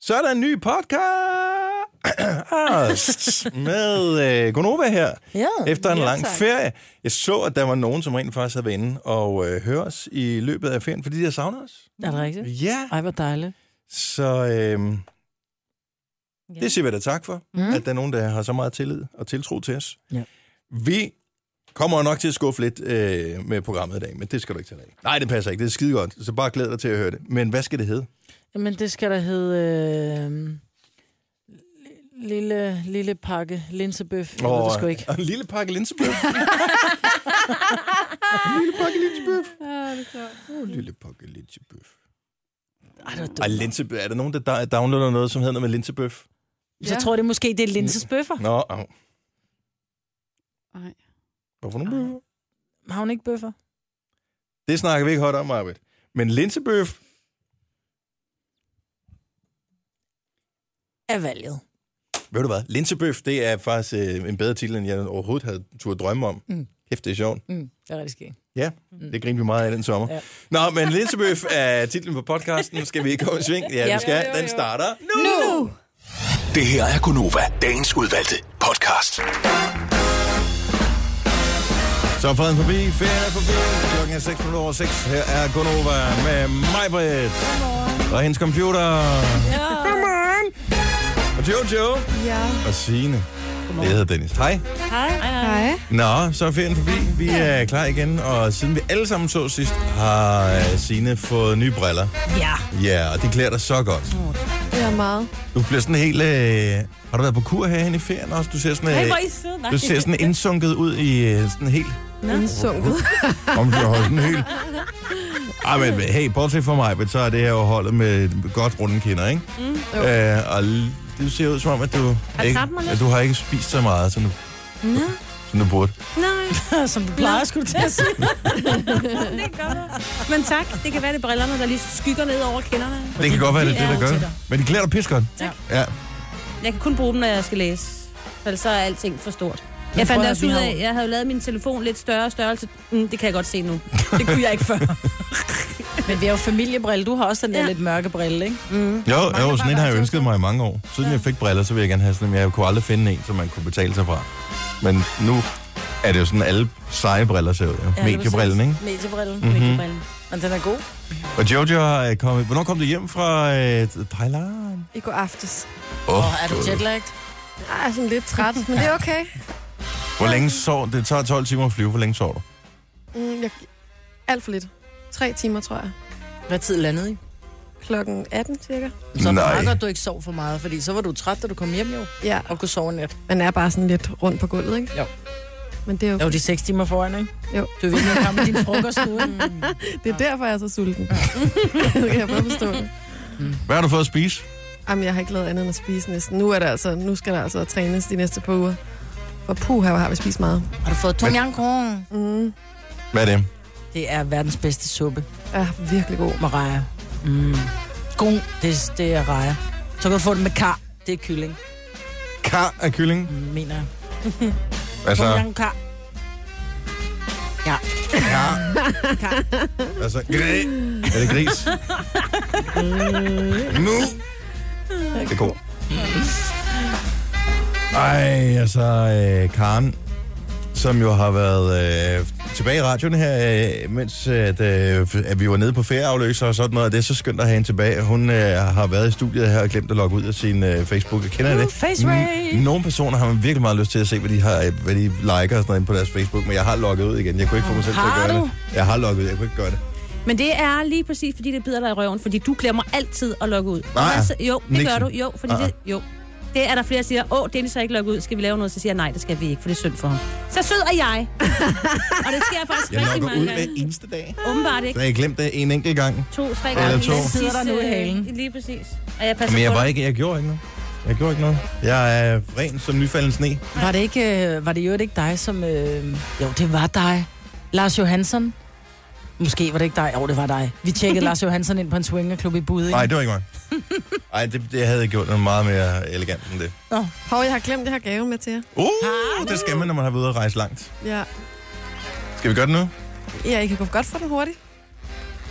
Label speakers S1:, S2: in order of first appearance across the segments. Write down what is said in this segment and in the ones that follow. S1: Så er der en ny podcast med øh, Gunova her.
S2: Ja,
S1: Efter en
S2: ja,
S1: lang
S2: tak.
S1: ferie. Jeg så, at der var nogen, som rent faktisk havde været inde og øh, høre os i løbet af ferien, fordi de har savnet os.
S2: Er det rigtigt?
S1: Ja,
S2: Ej, hvor dejligt.
S1: så øh,
S3: Ja.
S1: det siger vi da tak for, mm. at der er nogen, der har så meget tillid og tiltro til os.
S2: Ja.
S1: Vi kommer nok til at skuffe lidt øh, med programmet i dag, men det skal du ikke tage dig af. Nej, det passer ikke. Det er skide godt, så bare glæd dig til at høre det. Men hvad skal det hedde?
S2: Jamen, det skal der hedde... Øh, lille, lille pakke linsebøf. Jeg ved det sgu ikke.
S1: Og en lille pakke linsebøf. en lille pakke linsebøf. Åh,
S4: Uh,
S1: en lille pakke linsebøf.
S2: Ej, det var dumt.
S1: Ej, linsebøf. Er der nogen, der da- downloader noget, som hedder noget med linsebøf?
S2: Så tror jeg, det måske, det er linsesbøffer.
S1: Nå, au.
S3: Nej.
S1: Hvorfor nogle bøffer?
S2: Har hun ikke bøffer?
S1: Det snakker vi ikke højt om, Arvid. Men linsebøf,
S2: Er valget.
S1: ved du hvad? Linsebøf, det er faktisk øh, en bedre titel, end jeg overhovedet havde turde drømme om.
S2: Mm.
S1: Kæft, det er sjovt.
S2: Mm, det er rigtig skægt.
S1: Ja, det griner vi meget af den sommer. Mm. Ja.
S2: Ja.
S1: Nå, men linsebøf er titlen på podcasten. Skal vi ikke gå i sving? Ja,
S2: Ja.
S1: vi skal. Den starter nu.
S2: Nu!
S5: Det her er Gunova, dagens udvalgte podcast.
S1: Så er freden forbi, ferien er forbi. Klokken er 6 minutter over 6. Her er Gunova med mig, Britt. Og hendes computer. Ja. Godmorgen. Og Jojo. Ja. Og Signe. Jeg hedder Dennis. Hej.
S3: Hej.
S1: Nå, så er ferien forbi. Vi er klar igen. Og siden vi alle sammen så sidst, har øh, Signe fået nye briller.
S2: Ja.
S1: Ja, og de klæder dig så godt.
S3: Det er meget.
S1: Du bliver sådan helt... Øh, har du været på kur herhen i ferien også? Du ser sådan, øh,
S2: søde.
S1: du ser sådan indsunket ud i øh, sådan helt
S3: Indsunket.
S1: Om du holder den helt... Ej, men hey, bortset fra mig, men så er det her jo holdet med godt runde kinder, ikke? Mm, øh, og l- det ser ud som om, at du, ikke,
S3: tabt mig lidt?
S1: at du har ikke spist så meget, som du,
S3: Nå,
S1: som du burde.
S3: nej.
S2: Som du plejer, skulle du til at sige.
S3: Det gør du. Men tak. Det kan være, det er brillerne, der lige skygger ned over kinderne.
S1: Det kan godt være, det er det, der
S2: er jo
S1: gør
S2: til
S1: det. Men de klæder dig pis godt.
S3: Tak.
S1: Ja.
S3: Jeg kan kun bruge dem, når jeg skal læse. Ellers så er alting for stort.
S2: prøv
S3: Jeg fandt
S2: at
S3: også
S2: vi
S3: ud
S2: har
S3: af,
S2: jo-
S3: jeg havde jo lavet min telefon lidt større størrelse. Mm, det kan jeg godt se nu.
S2: Det kunne jeg ikke før. Men vi er jo familiebrille. Du har også den der
S3: Ja.
S2: ja. lidt mørke brille, ikke?
S1: Jo, jo, sådan en har jeg
S3: bare
S1: ønsket mig i mange år. Siden jeg fik briller, så ville jeg gerne have sådan en, men jeg kunne aldrig finde en, som man kunne betale sig fra. Men nu er det jo sådan, alle seje briller ser ud. Ja, Mediebrillen, ikke? Mm.
S2: Mediebrillen.
S3: Mm-hmm.
S1: Mhm.
S2: Mm-hmm. Men den er god.
S1: Og Jojo er kommet... Hvornår kom du hjem fra øh, Thailand?
S4: I går aftes.
S1: Åh,
S2: Og er du jetlagt?
S4: Jeg er sådan lidt træt, men det er okay.
S1: Hvor længe sov Det tager 12 timer at flyve. Hvor længe sov du?
S4: Mm, jeg, alt for lidt. Tre timer, tror jeg.
S2: Hvad tid landede I?
S4: Klokken 18 cirka.
S2: Så er det
S1: Nej.
S2: meget godt, du ikke sov for meget, fordi så var du træt, da du kom hjem jo,
S4: Ja,
S2: og kunne sove en nat.
S4: man er bare sådan lidt rundt på gulvet, ikke?
S2: Jo.
S4: Men det er jo,
S2: Det var de seks timer foran, ikke?
S4: Jo.
S2: Du er virkelig kommet med din frokost nu, ikke?
S4: det er derfor, jeg er så sulten. det kan jeg godt forstå. det.
S1: Hvad har du fået at spise?
S4: Jamen, jeg har ikke lavet andet end at spise næsten. Nu, er der altså, nu skal der altså trænes de næste par uger. For puh, her har vi spist meget.
S2: Har du fået tom yam kong?
S4: Mm,
S1: Hvad er det?
S2: Det er verdens bedste suppe
S4: er virkelig god.
S2: med rejer. Mm. God, det, det er rejer. Så kan du få det med kar. Det er kylling,
S1: Kar af kylling.
S2: mener jeg.
S1: Altså,
S2: Tom yam kar.
S1: kar.
S2: Kar.
S1: Altså, græ. Er det gris? nu. Det er god. Ej, altså, øh, Karen, som jo har været øh, tilbage i radioen her, øh, mens at, øh, at vi var nede på ferieafløser og sådan noget, og det er så skønt at have hende tilbage. Hun øh, har været i studiet her og glemt at logge ud af sin øh, Facebook. Kender I det?
S2: Face ray.
S1: Mm, Nogle personer har man virkelig meget lyst til at se, hvad de, har, øh, hvad de liker og sådan noget inde på deres Facebook, men jeg har logget ud igen. Jeg kunne ikke få mig selv til
S2: Har
S1: at gøre
S2: du?
S1: det. Jeg har logget ud, jeg kunne ikke gøre det.
S3: Men det er lige præcis, fordi det bider dig i røven, fordi du glemmer altid at logge ud.
S1: Nej.
S3: Altså, jo, det
S1: Nixon.
S3: gør du. Jo, fordi
S1: Ah, ah.
S3: det, jo. Det er der flere, der siger, åh, Dennis har ikke logget ud, skal vi lave noget? Så siger jeg, nej, det skal vi ikke, for det er synd for ham. Så sød er jeg. og det sker faktisk
S1: Jeg
S3: rigtig
S1: logger ud
S3: mange
S1: hver
S3: gange.
S1: eneste dag.
S3: Åbenbart
S1: Så
S3: ikke.
S1: har jeg glemt det en enkelt gang.
S3: To, tre gange.
S1: Eller to.
S3: Den
S1: Det
S2: sidder der
S3: sidste,
S2: nu i halen.
S3: øh, Lige præcis. Og jeg passer
S1: Men jeg
S3: på
S1: var
S3: dig.
S1: ikke, jeg gjorde ikke noget. Jeg gjorde ikke noget. Jeg er ren som nyfalden sne.
S2: Var det ikke, øh, var det jo ikke dig, som... Øh... Jo, det var dig. Lars Johansson. Måske var det ikke dig. Jo, det var dig. Vi tjekkede Lars Johansson ind på en swingerklub i Buding.
S1: Nej, det var ikke mig. Nej, det, det havde jeg gjort noget meget mere elegant end det.
S4: Hov, jeg har glemt, jeg har gave med til jer.
S1: Uh, det skal man, når man har været ude at rejse langt.
S4: Ja,
S1: Skal vi gøre det nu?
S4: ja I kan godt få den hurtigt.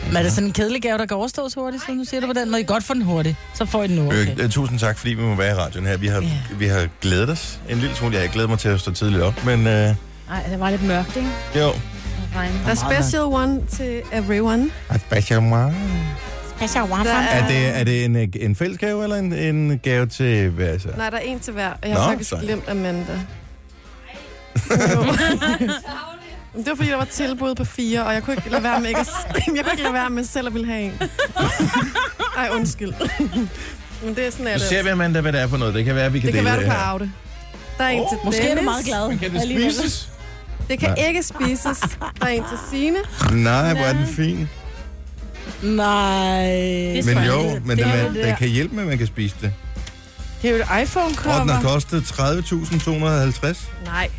S2: Men er det sådan en kedelig gave, der kan overstås hurtigt, så nu siger du på den måde? I kan godt få den hurtigt, så får I den nu. Okay.
S1: Okay. Øh, tusind tak, fordi vi må være i radioen her. Vi har,
S2: Ja.
S1: yeah. vi har glædet os en lille smule. Jeg har ikke glædet mig til at stå tidligt op, men øh,
S3: Nej, det var lidt mørkt, ikke?
S1: jo.
S3: Og regn.
S4: Der er special one til everyone. Der
S1: Er
S4: er,
S1: det, er det en, øh, en fælles gave, eller en, en gave til... Hvad, altså?
S4: nej, der er en til hver, og jeg har
S1: Nå,
S4: faktisk
S1: sejt.
S4: glemt Amanda. Jo. det var fordi, der var tilbud på fire, og jeg kunne ikke lade være med, ikke at, jeg kunne ikke lade være med selv at ville have en. Ej, undskyld. Men det er sådan, at øh,
S1: Nu ser vi, Amanda, hvad det er for noget. Det kan være, vi kan
S4: det kan
S1: dele
S4: være, du kan
S1: her.
S4: arve det. Der er en
S1: Åh,
S4: til
S2: Måske er du
S4: Dennis.
S2: meget glad.
S1: Men Kan det
S2: alligevel.
S1: spises?
S4: Det kan
S1: Nej.
S4: ikke spises. Der er en til Signe.
S1: Nej, hvor er den fin.
S2: Nej.
S3: Det
S1: Men
S3: tror jeg
S1: jo,
S3: ikke.
S1: men den,
S2: Det er
S1: er,
S2: jo det
S1: den
S2: der.
S1: kan hjælpe med, at man kan spise det.
S2: Det er jo et
S1: Og den har
S2: iPhone-cover.
S1: kostet 30.250.
S4: Nej.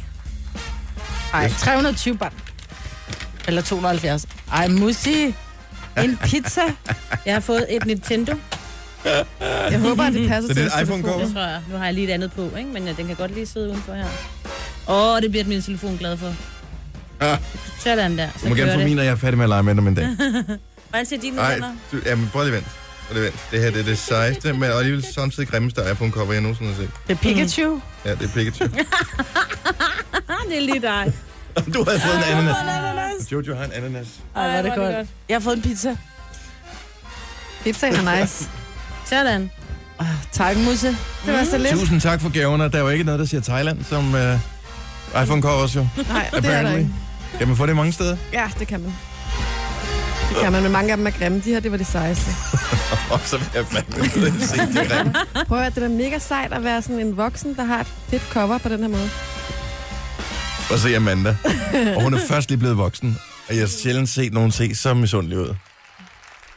S2: Ej, 320 baht. Eller 270. Ej, Musi. En pizza.
S3: Jeg har fået et Nintendo,
S4: Jeg håber, at det passer
S1: Så det
S4: til
S1: er et
S4: hans telefon.
S1: iPhone-cover?
S3: det tror jeg. Nu har jeg lige et andet på, ikke? men øh, den kan godt lige sidde udenfor her. Åh, det bliver min telefon glad for.
S1: Ah.
S3: Sådan der.
S1: Du
S3: Så
S1: må
S3: kører
S1: gerne få
S3: det.
S1: min, og jeg er færdig med at lege med dem en dag.
S3: Hvordan ser dine
S1: Nej,
S3: tænder?
S1: du, jamen prøv lige vent. Prøv lige vent. Det her det er det sejeste, men og alligevel samtidig grimmeste iPhone-cover, jeg nogensinde har set.
S2: Det er Pikachu.
S1: Ja, det er Pikachu.
S3: Ah, det er lige dig.
S1: du har fået en ananas. Jojo har en ananas.
S2: Ej, hvor er det godt. Jeg har fået en pizza.
S4: Pizzaen er nice.
S3: Sådan.
S2: Tak, Musse.
S4: Det var så lidt.
S1: Tusind tak for gaverne. Der er jo ikke noget, der siger Thailand, som øh, iPhone-covers jo.
S4: Nej, det er der
S1: Apparently.
S4: ikke.
S1: Kan man få det mange steder?
S4: Ja, det kan man. Det kan man, men mange af dem er grimme. De her, det var det sejeste.
S1: Og så vil jeg fandme se det grimme.
S4: Prøv at høre, det er da mega sejt at være sådan en voksen, der har et fedt cover på den her måde.
S1: Og se Amanda. Og hun er først lige blevet voksen. Og jeg har sjældent set nogen se så misundelig ud.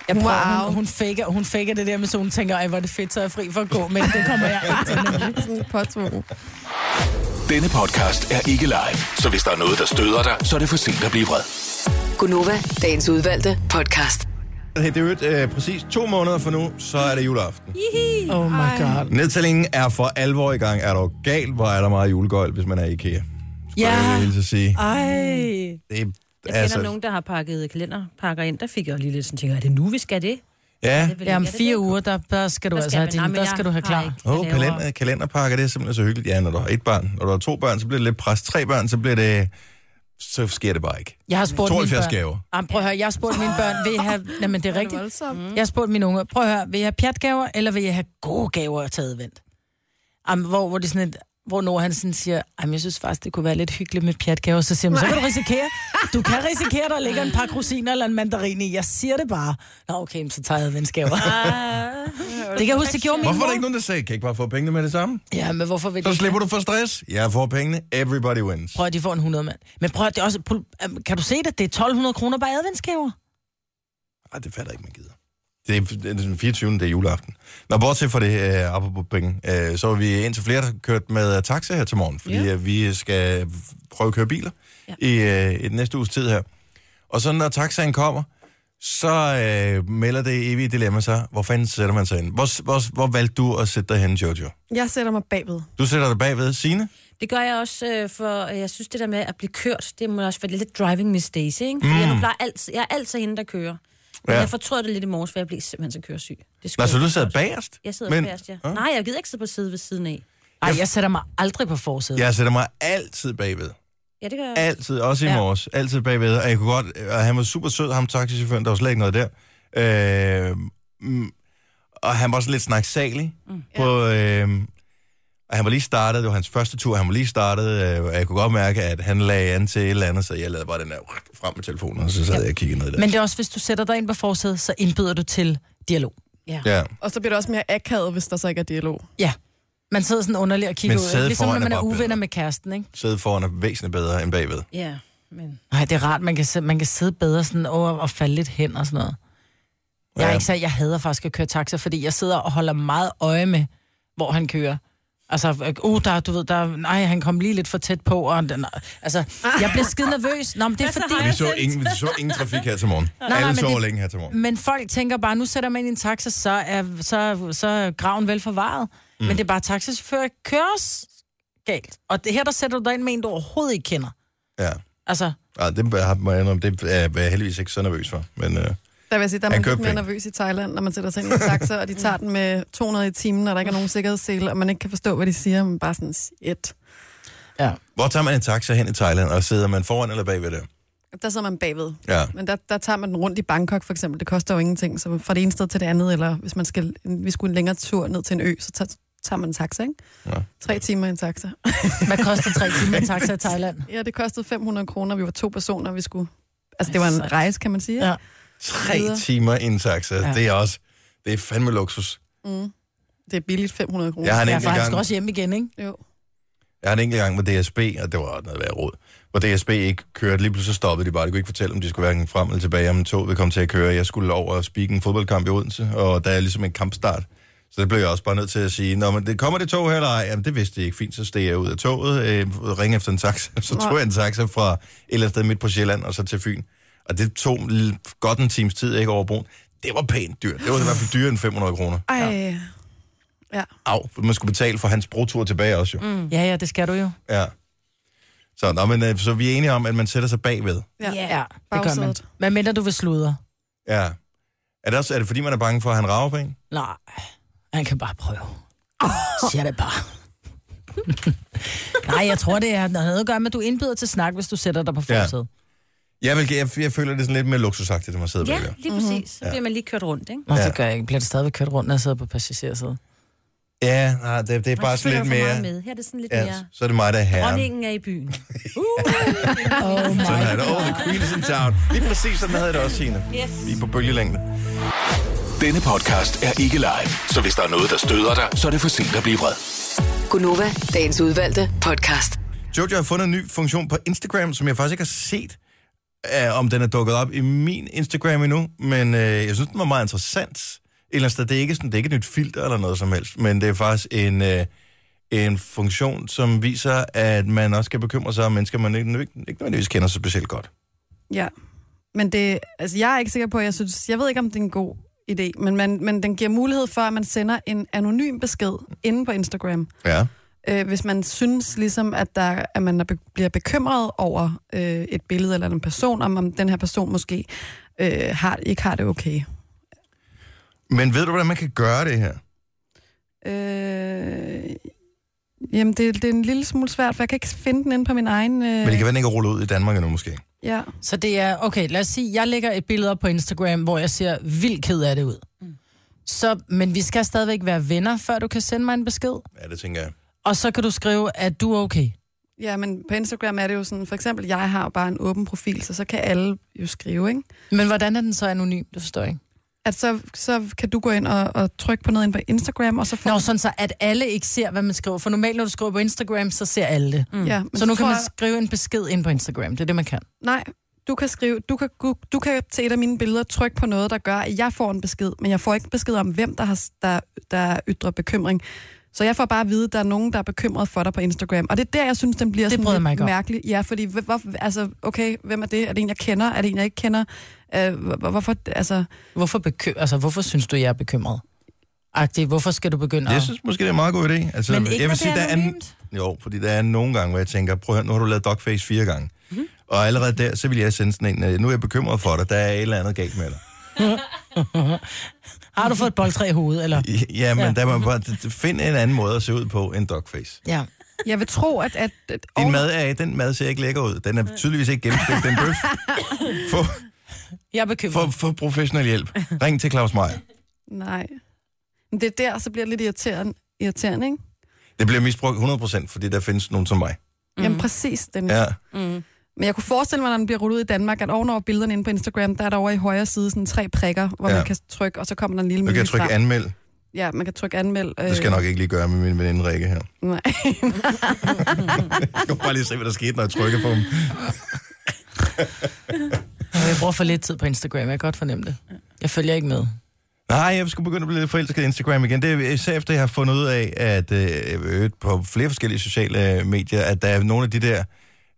S2: Jeg prøver,
S4: Wow.
S2: hun, hun, faker, hun faker det der med, så hun tænker, ej, hvor er det fedt, så er jeg fri for at gå, men det kommer jeg ikke til.
S4: Sådan påtvunget.
S5: Denne podcast er ikke live, så hvis der er noget, der støder dig, så er det for sent at blive vred.
S6: Gunova, dagens udvalgte podcast.
S1: Hey, det er jo et, øh, præcis to måneder for nu, så er det juleaften.
S2: Oh my god.
S1: Nedtællingen er for alvor i gang. Er du gal, hvor er der meget julegøjl, hvis man er i IKEA?
S2: Ja.
S1: Jeg vil så sige.
S2: Ej.
S1: Det er,
S3: Jeg kender altså... nogen, der har pakket kalenderpakker ind. Der fik jeg jo lige lidt sådan, tænker, er det nu, vi skal det?
S1: Ja.
S3: det vil
S2: Ja, om
S3: ikke, er det
S2: fire
S3: det?
S2: uger, der, der skal du
S3: Der
S2: altså have
S3: man- nej,
S2: din,
S3: men
S2: der
S3: jeg
S2: skal du have
S3: har
S2: klar.
S3: ikke
S1: Åh, oh,
S3: lavere.
S1: kalender, kalenderpakker, det er simpelthen så hyggeligt. Ja, når du har et barn, når du har to børn, så bliver det lidt pres. Tre børn, så bliver det... Så sker det bare ikke.
S2: Jeg har spurgt
S1: 72
S2: mine børn.
S1: gaver.
S2: Jamen, prøv at høre, jeg har spurgt mine børn, vil I have... Jamen, det er rigtigt.
S4: voldsomt.
S2: Jeg har spurgt mine unger, prøv at høre, vil I have pjatgaver, eller vil I have gode gaver til advent? Jamen, hvor, hvor det er sådan et, hvor Nora han sådan siger, jamen jeg synes faktisk, det kunne være lidt hyggeligt med pjatgaver, så siger man, så kan du risikere, du kan risikere, der ligger en par rosiner eller en mandarin i, jeg siger det bare. Nå okay, men så tager jeg adventsgaver. Ah. det kan jeg huske, det gjorde min
S1: Hvorfor er der ikke
S2: mor.
S1: nogen, der sagde, kan jeg ikke bare få pengene med det samme?
S2: Ja, men hvorfor vil de
S1: Så
S2: ikke?
S1: slipper du for stress. Jeg får pengene. Everybody wins.
S2: Prøv at de får en 100 mand. Men prøv at det er også, pol- øhm, kan du se det, det er 1200 kroner bare i adventsgaver.
S1: Ej, det fatter jeg ikke, man gider. Det er, det er den 24. det er juleaften. Nå, bortset fra det, øh, apropos penge, øh, så er vi indtil flere, der har kørt med øh, taxa her til morgen, fordi
S3: Ja.
S1: øh, vi skal prøve at køre biler
S3: Ja.
S1: i, øh, i den næste uges tid her. Og så når taxaen kommer, så øh, melder det evige dilemma sig. Hvor fanden sætter man sig ind? Hvor, hvor, hvor valgte du at sætte dig hen, Jojo?
S4: Jeg sætter mig bagved.
S1: Du sætter dig bagved, Signe.
S3: Det gør jeg også, øh, for øh, jeg synes, det der med at blive kørt, det må også være lidt driving mistakes, ikke? Mm. Jeg, nu plejer altid, jeg er altid hende, der kører. Men
S1: Ja.
S3: ja. jeg fortrød det lidt i morges, for jeg blev simpelthen så køresyg. Det skulle
S1: Nå, så
S3: jeg-
S1: du sidder bagerst?
S3: Jeg sidder Men... fast, ja. Nej, jeg gider ikke sidde på side ved siden af.
S2: Ej, jeg sætter mig aldrig på forsædet.
S1: Jeg sætter mig altid bagved.
S3: Ja, det gør jeg.
S1: Altid, også i
S2: Ja.
S1: morges. Altid bagved. Og jeg kunne godt, og han var super sød, ham taxichaufføren, der var slet ikke noget der. Øh, mm, og han var også lidt snaksalig. Mm. På, øh, og han var lige startet, det var hans første tur, han var lige startet, øh, og jeg kunne godt mærke, at han lagde an til et eller andet, så jeg lavede bare den der frem med telefonen, og så sad jeg og kiggede ned der.
S2: Men det er også, hvis du sætter dig ind på forsædet, så indbyder du til dialog.
S1: ja.
S4: Og så bliver det også mere akavet, hvis der så ikke er dialog.
S2: Ja. Man sidder sådan underligt og kigger
S1: Men
S2: ud.
S1: sædet
S2: Ligesom når
S1: foran er
S2: man er
S1: bare
S2: uvenner
S1: bedre.
S2: med kæresten, ikke?
S1: Sidde foran er væsentligt bedre end bagved.
S3: Ja, men...
S2: Nej, det er rart, man kan, sidde, man kan sidde bedre sådan over og falde lidt hen og sådan noget. Jeg er
S1: Ja.
S2: ikke så, jeg hader faktisk at køre taxa, fordi jeg sidder og holder meget øje med, hvor han kører. Altså, uh, der, er- du ved, der, er- nej, han kom lige lidt for tæt på, og den, altså, jeg bliver skide nervøs. Nå, men det er
S1: Vi
S2: fordi,
S1: så ingen, vi så ingen trafik her til morgen. Nej, Alle
S2: men
S1: sover
S2: det-
S1: længe her til morgen.
S2: men folk tænker bare, nu sætter man ind i en taxa, så er, så, så er graven vel forvaret. Mm. Men det er bare, taxachauffører kører os galt. Og det her, der sætter du dig ind med en, du overhovedet ikke kender.
S1: Ja.
S2: Altså,
S1: Ja, det må jeg indrømme, det er jeg heldigvis ikke så nervøs for. Men, øh,
S4: Der vil jeg sige, der
S1: Han
S4: er man lidt
S1: købte
S4: mere
S1: den.
S4: nervøs i Thailand, når man sætter sig ind i en taxa, og de tager den med 200 i timen, og der ikke er nogen sikkerhedssele, og man ikke kan forstå, hvad de siger, men bare sådan, shit.
S2: Ja.
S1: Hvor tager man en taxa hen i Thailand, og sidder man foran eller bagved det?
S4: Der sidder man bagved.
S1: Ja.
S4: Men der, der tager man den rundt i Bangkok for eksempel. Det koster jo ingenting, så fra det ene sted til det andet, eller hvis man skal, vi skulle en længere tur ned til en ø, så tager, tager man en taxa, ikke?
S1: Ja.
S4: Tre timer i en taxa.
S2: Hvad koster tre timer i en taxa i Thailand?
S4: Ja, det kostede 500 kroner. Vi var to personer, vi skulle... Altså, det var en rejse, kan man sige.
S2: Ja.
S4: Ja.
S1: Tre
S4: Videre.
S1: timer i en taxa, ja.
S2: Ja.
S1: det er også... Det er fandme luksus.
S4: Det er billigt, 500 kroner.
S1: Jeg har en
S2: Ja,
S1: enkelt
S2: for han skal
S1: gang,
S2: også hjem igen, ikke?
S4: Jo.
S1: jeg har en enkelt gang med DSB, og det var også noget værd råd, hvor DSB ikke kørte. Lige pludselig stoppede de bare. De kunne ikke fortælle, om de skulle hverken frem eller tilbage, om toget kom til at køre. Jeg skulle over og spikke en fodboldkamp i Odense, og der er ligesom en kampstart. Så det blev jeg også bare nødt til at sige, Nå, men det kommer det tog her eller ej? Jamen, det vidste jeg ikke. Fint, så steg jeg ud af toget, øh, ringede efter en taxa. Så tog jeg en taxa fra et eller andet sted midt på Sjælland og så til Fyn. Og det tog l- godt en times tid, ikke over broen. Det var pænt dyrt. Det var i hvert fald dyrere end 500 kroner.
S4: Ej. Ja. ja.
S1: Au, man skulle betale for hans brotur tilbage også jo. Mm.
S2: Ja, ja, det skal du jo.
S1: Ja. Så, nå, men, øh, så vi er enige om, at man sætter sig bagved.
S2: Ja,
S4: Ja.
S2: det gør man.
S4: Bagsædet.
S2: Hvad mindre du vil sludre?
S1: Ja. Er det, også, er det fordi, man er bange for, at han rager på en?
S2: Nej, han kan bare prøve. Siger det bare. Nej, jeg tror, det er noget at gøre med, at du indbyder til snak, hvis du sætter dig på
S1: Ja.
S2: forsædet.
S1: Jeg, vil, jeg, jeg føler, det er sådan lidt mere luksusagtigt, at man sidder
S3: Ja,
S1: bagved.
S3: lige præcis. Så bliver man lige kørt rundt, ikke?
S2: Nå,
S1: Ja.
S2: det gør jeg ikke. Bliver det stadigvæk kørt rundt, når jeg sidder på passagersædet?
S1: Ja, nej, det, det er bare
S3: Man føler
S1: sådan lidt
S3: for meget
S1: mere...
S3: Med. Her er det sådan lidt
S1: Ja,
S3: mere...
S1: så er det mig, der er herren.
S3: Dronningen er i byen.
S2: Oh my
S1: Sådan er det. Oh, the queen is in town. Lige præcis sådan havde jeg det også, Signe.
S3: Yes.
S1: Lige på bølgelængde.
S5: Denne podcast er ikke live, så hvis der er noget, der støder dig, så er det for sent at blive vred.
S6: Gunova, dagens udvalgte podcast.
S1: Jojo har fundet en ny funktion på Instagram, som jeg faktisk ikke har set, øh, om den er dukket op i min Instagram endnu, men øh, jeg synes, den var meget interessant. Et eller andet sted, det er ikke, sådan, det er ikke et nyt filter eller noget som helst, men det er faktisk en, øh, en funktion, som viser, at man også skal bekymre sig om mennesker, man ikke, ikke, ikke nødvendigvis kender så specielt godt.
S4: Ja. Men det, altså, jeg er ikke sikker på, at jeg synes... Jeg ved ikke, om det er en god idé, men, man, men den giver mulighed for, at man sender en anonym besked inde på Instagram.
S1: Ja.
S4: øh, hvis man synes ligesom, at, der, at man er be- bliver bekymret over øh, et billede eller en person, om, om den her person måske øh, har, ikke har det okay.
S1: Men ved du, hvordan man kan gøre det her?
S4: Øh, jamen, det, det er en lille smule svært, for jeg kan ikke finde den inde på min egen... Øh,
S1: Men det kan være, den ikke er rullet ud i Danmark endnu, måske.
S4: ja.
S2: Så det er, okay, lad os sige, jeg lægger et billede op på Instagram, hvor jeg ser vildt ked af det ud. Så, men vi skal stadigvæk være venner, før du kan sende mig en besked.
S1: Ja, det tænker jeg.
S2: Og så kan du skrive, at du er okay.
S4: ja, men på Instagram er det jo sådan, for eksempel, jeg har jo bare en åben profil, så så kan alle jo skrive, ikke?
S2: Men hvordan er den så anonym? Det forstår jeg ikke.
S4: At så, så kan du gå ind og, og trykke på noget inde på Instagram, og så får
S2: Nå, sådan så, at alle ikke ser, hvad man skriver. For normalt, når du skriver på Instagram, så ser alle det. Mm.
S4: ja, men
S2: Så nu
S4: tror
S2: kan man
S4: jeg-
S2: skrive en besked ind på Instagram. Det er det, man kan.
S4: Nej, du kan skrive, du kan, du, du kan til et af mine billeder trykke på noget, der gør, at jeg får en besked, men jeg får ikke besked om, hvem der, har, der, der ytrer bekymring. Så jeg får bare at vide, at der er nogen, der er bekymret for dig på Instagram. Og det er der, jeg synes, den bliver
S2: Det bryder jeg
S4: sådan
S2: mig
S4: lidt
S2: ikke om.
S4: mærkelig. Ja, fordi, hvor, hvor- altså, okay, hvem er det? Er det en, jeg kender? Er det en, jeg ikke kender? Øh, hvor- hvor- hvorfor, altså...
S2: Hvorfor, bekø altså, hvorfor synes du, jeg er bekymret? Agtig, hvorfor skal du begynde
S1: Jeg
S2: at...
S1: synes måske, det er en meget god idé. Altså,
S2: Men ikke,
S1: jeg
S2: når
S1: vil
S2: det
S1: sige,
S2: er
S1: der er en,
S2: anonymt?
S1: Jo, fordi der er nogle gange, hvor jeg tænker, prøv at høre, nu har du lavet dogface fire gange. Mm.
S2: Mhm.
S1: Og allerede der, så vil jeg sende sådan en, øh, nu er jeg bekymret for dig, der er et eller andet galt med dig.
S2: Har du fået et boldtræ i hovedet, eller?
S1: I- Ja, men ja. der må man bare d- d- finde en anden måde at se ud på end dogface.
S2: Ja.
S4: Jeg vil tro, at... at, at
S1: Din mad er, den mad ser ikke lækker ud. Den er tydeligvis ikke gennemstegt, den bøf. Få,
S2: Jeg er bekymret.
S1: få, få professionel hjælp. Ring til Claus Meier.
S4: Nej. Men det er der, så bliver det lidt irriterende, irriterende ikke?
S1: Det bliver misbrugt 100%, fordi der findes nogen som mig.
S4: Mm. Jamen præcis, den
S1: Ja.
S4: Men jeg kunne forestille mig, når den bliver rullet ud i Danmark, at ovenover billederne inde på Instagram, der er der over i højre side sådan tre prikker, hvor
S1: Ja.
S4: ja. man kan trykke, og så kommer der en lille
S1: Nu kan
S4: menu
S1: jeg trykke
S4: frem.
S1: anmeld.
S4: Ja, man kan trykke anmeld. Øh,
S1: Det skal jeg nok ikke lige gøre med min veninde Rikke her.
S4: Nej.
S1: Jeg skal bare lige se, hvad der skete, når jeg trykker på dem.
S2: Øh, Jeg bruger for lidt tid på Instagram, jeg kan godt fornemme det. Jeg følger ikke med.
S1: Nej, jeg skulle begynde at blive lidt forelsket i Instagram igen. Det er især efter, jeg har fundet ud af, at øh, øh, på flere forskellige sociale øh, medier, at der er nogle af de der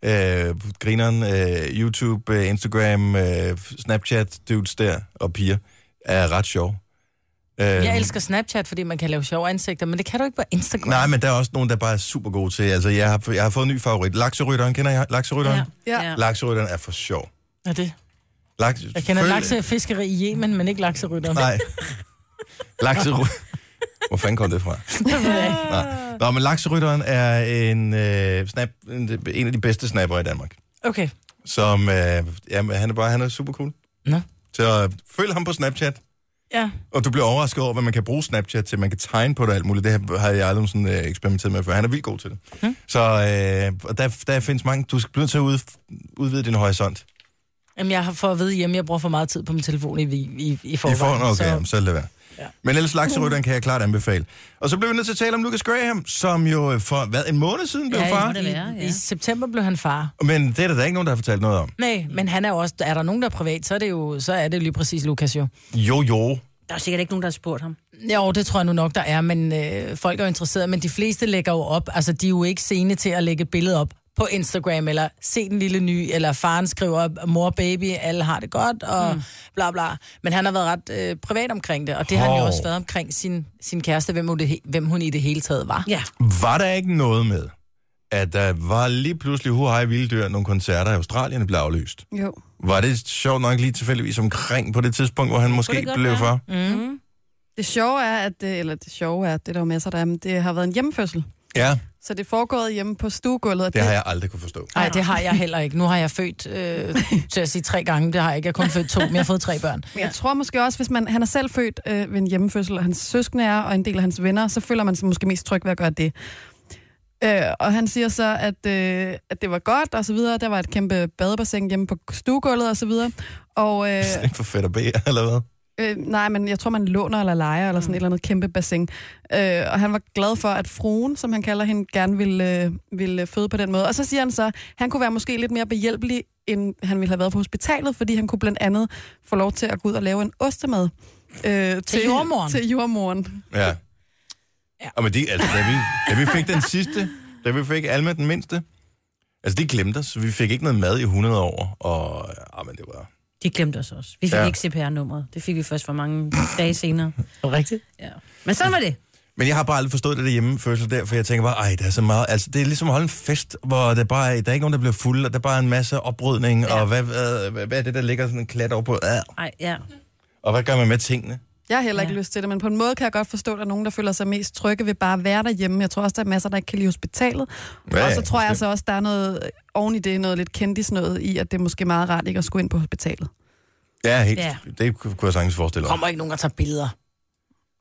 S1: øh, grineren, øh, YouTube, øh, Instagram, øh, Snapchat dudes der og piger, er ret sjov. Øh,
S2: Jeg elsker Snapchat, fordi man kan lave sjove ansigter, men det kan du ikke på Instagram.
S1: Nej, men der er også nogen, der bare er super gode til. Altså, jeg har, jeg har fået en ny favorit. Lakserytteren, kender jeg Lakserytteren?
S4: Ja.
S1: Lakserytteren er for sjov.
S2: Er det?
S1: Laks,
S2: Jeg kender
S1: føl-
S2: laksefiskeri i Yemen, men ikke lakserytter.
S1: Nej. Laksery... Hvor fanden kom det fra? Nej. Nå, men lakserytteren er en, øh, snap, en, en af de bedste snapper i Danmark.
S2: Okay.
S1: Som, øh, jamen, han er bare han er super cool.
S2: Nå.
S1: Så øh, følg ham på Snapchat.
S2: Ja.
S1: Og du bliver overrasket over, hvad man kan bruge Snapchat til. Man kan tegne på det og alt muligt. Det har- har jeg aldrig sådan, øh, eksperimenteret med før. Han er vildt god til det. Hmm. Så øh, og der, der findes mange... Du skal blive nødt til at ud, udvide din horisont.
S2: Jamen, jeg har for at vide hjemme, jeg bruger for meget tid på min telefon i, i, i
S1: I
S2: forvejen.
S1: får okay, så...
S2: så-
S1: Jamen, så lad være. Ja. Men ellers lakserytteren kan jeg klart anbefale. Og så blev vi nødt til at tale om Lucas Graham, som jo øh, for hvad, en måned siden blev
S2: Ja,
S1: ja,
S2: i-
S1: far.
S3: det være,
S2: I,
S3: ja.
S2: I september blev han far.
S1: Men det er der da ikke nogen, der har fortalt noget om.
S2: Nej, men han er jo også... Er der nogen, der er privat, så er det jo så er det jo lige præcis Lukas jo.
S1: Jo, jo.
S3: Der er sikkert ikke nogen, der har spurgt ham.
S2: Jo, det tror jeg nu nok, der er, men øh, folk er jo interesserede, men de fleste lægger jo op, altså de er jo ikke sene til at lægge et billede op på Instagram, eller se den lille nye, eller faren skriver op, mor og baby, alle har det godt, og mm. bla bla. Men han har været ret øh, privat omkring det, og det har han jo
S1: Hov.
S2: også været omkring sin, sin kæreste, hvem hun, det, he- hvem hun i det hele taget var.
S3: Ja.
S1: Var der ikke noget med, at der var lige pludselig huhej vilde dyr, nogle koncerter i Australien blev aflyst?
S4: Jo.
S1: Var det sjovt nok lige tilfældigvis omkring på det tidspunkt, hvor han måske
S3: det godt
S1: blev
S3: være. Mm.
S1: far?
S4: Det sjove er, at det, eller det sjove er, at det er der jo masser, der er, men det har været en hjemmefødsel.
S1: Ja,
S4: Så det er foregået hjemme på stuegulvet. og
S1: det har jeg aldrig kunne forstå.
S2: Nej, det har jeg heller ikke. Nu har jeg født, øh, til at sige tre gange, det har jeg ikke. Jeg har kun født to, men jeg har fået tre børn.
S4: Men jeg tror måske også, hvis man, han er selv født øh, ved en hjemmefødsel, og hans søskende er, og en del af hans venner, så føler man sig måske mest tryg ved at gøre det. Øh, og han siger så, at, øh, at det var godt, og så videre. Der var et kæmpe badebassin hjemme på stuegulvet, og så videre. Og, øh,
S1: Ikke for fedt at bede, eller hvad?
S4: øh, nej, men jeg tror, man låner eller leger, eller sådan et eller andet kæmpe bassin. Øh, og han var glad for, at fruen, som han kalder hende, gerne ville, øh, ville føde på den måde. Og så siger han så, han kunne være måske lidt mere behjælpelig, end han ville have været på hospitalet, fordi han kunne blandt andet få lov til at gå ud og lave en ostemad. Øh, til,
S2: jordemoderen.
S4: Til jordmoren.
S1: Ja.
S2: Ja.
S1: ja. Og men de, altså, da, vi, da vi fik den sidste, da vi fik Alma den mindste, altså de glemte os, vi fik ikke noget mad i 100 år, og ja, men det var...
S3: De glemte os også. Vi fik
S1: Ja.
S3: ja. ikke CPR-nummeret. Det fik vi først for mange dage senere.
S2: Rigtigt?
S3: Ja. Men sådan var det.
S1: Men jeg har bare aldrig forstået det der hjemmefødsel der, for jeg tænker bare, ej, der er så meget... Altså, det er ligesom at holde en fest, hvor der, bare, er- der er ikke nogen, der bliver fuld, og der er bare en masse oprydning, ja. og hvad, hvad, hvad, hvad, er det, der ligger sådan en klat over på? Ah.
S3: Nej, ja.
S1: Og hvad gør man med tingene?
S4: Jeg har heller ikke ja. lyst til det, men på en måde kan jeg godt forstå, at der er nogen, der føler sig mest trygge ved bare at være derhjemme. Jeg tror også, der er masser, der ikke kan lide hospitalet.
S1: Ja,
S4: Ja, og
S1: ja,
S4: så tror jeg
S1: bestemt.
S4: så også, der er noget øh, oven i det, noget lidt kendis noget i, at det er måske meget rart ikke at skulle ind på hospitalet.
S1: Ja, helt, ja.
S3: Ja.
S1: det kunne jeg sagtens forestille mig.
S2: Kommer ikke nogen, der tager billeder.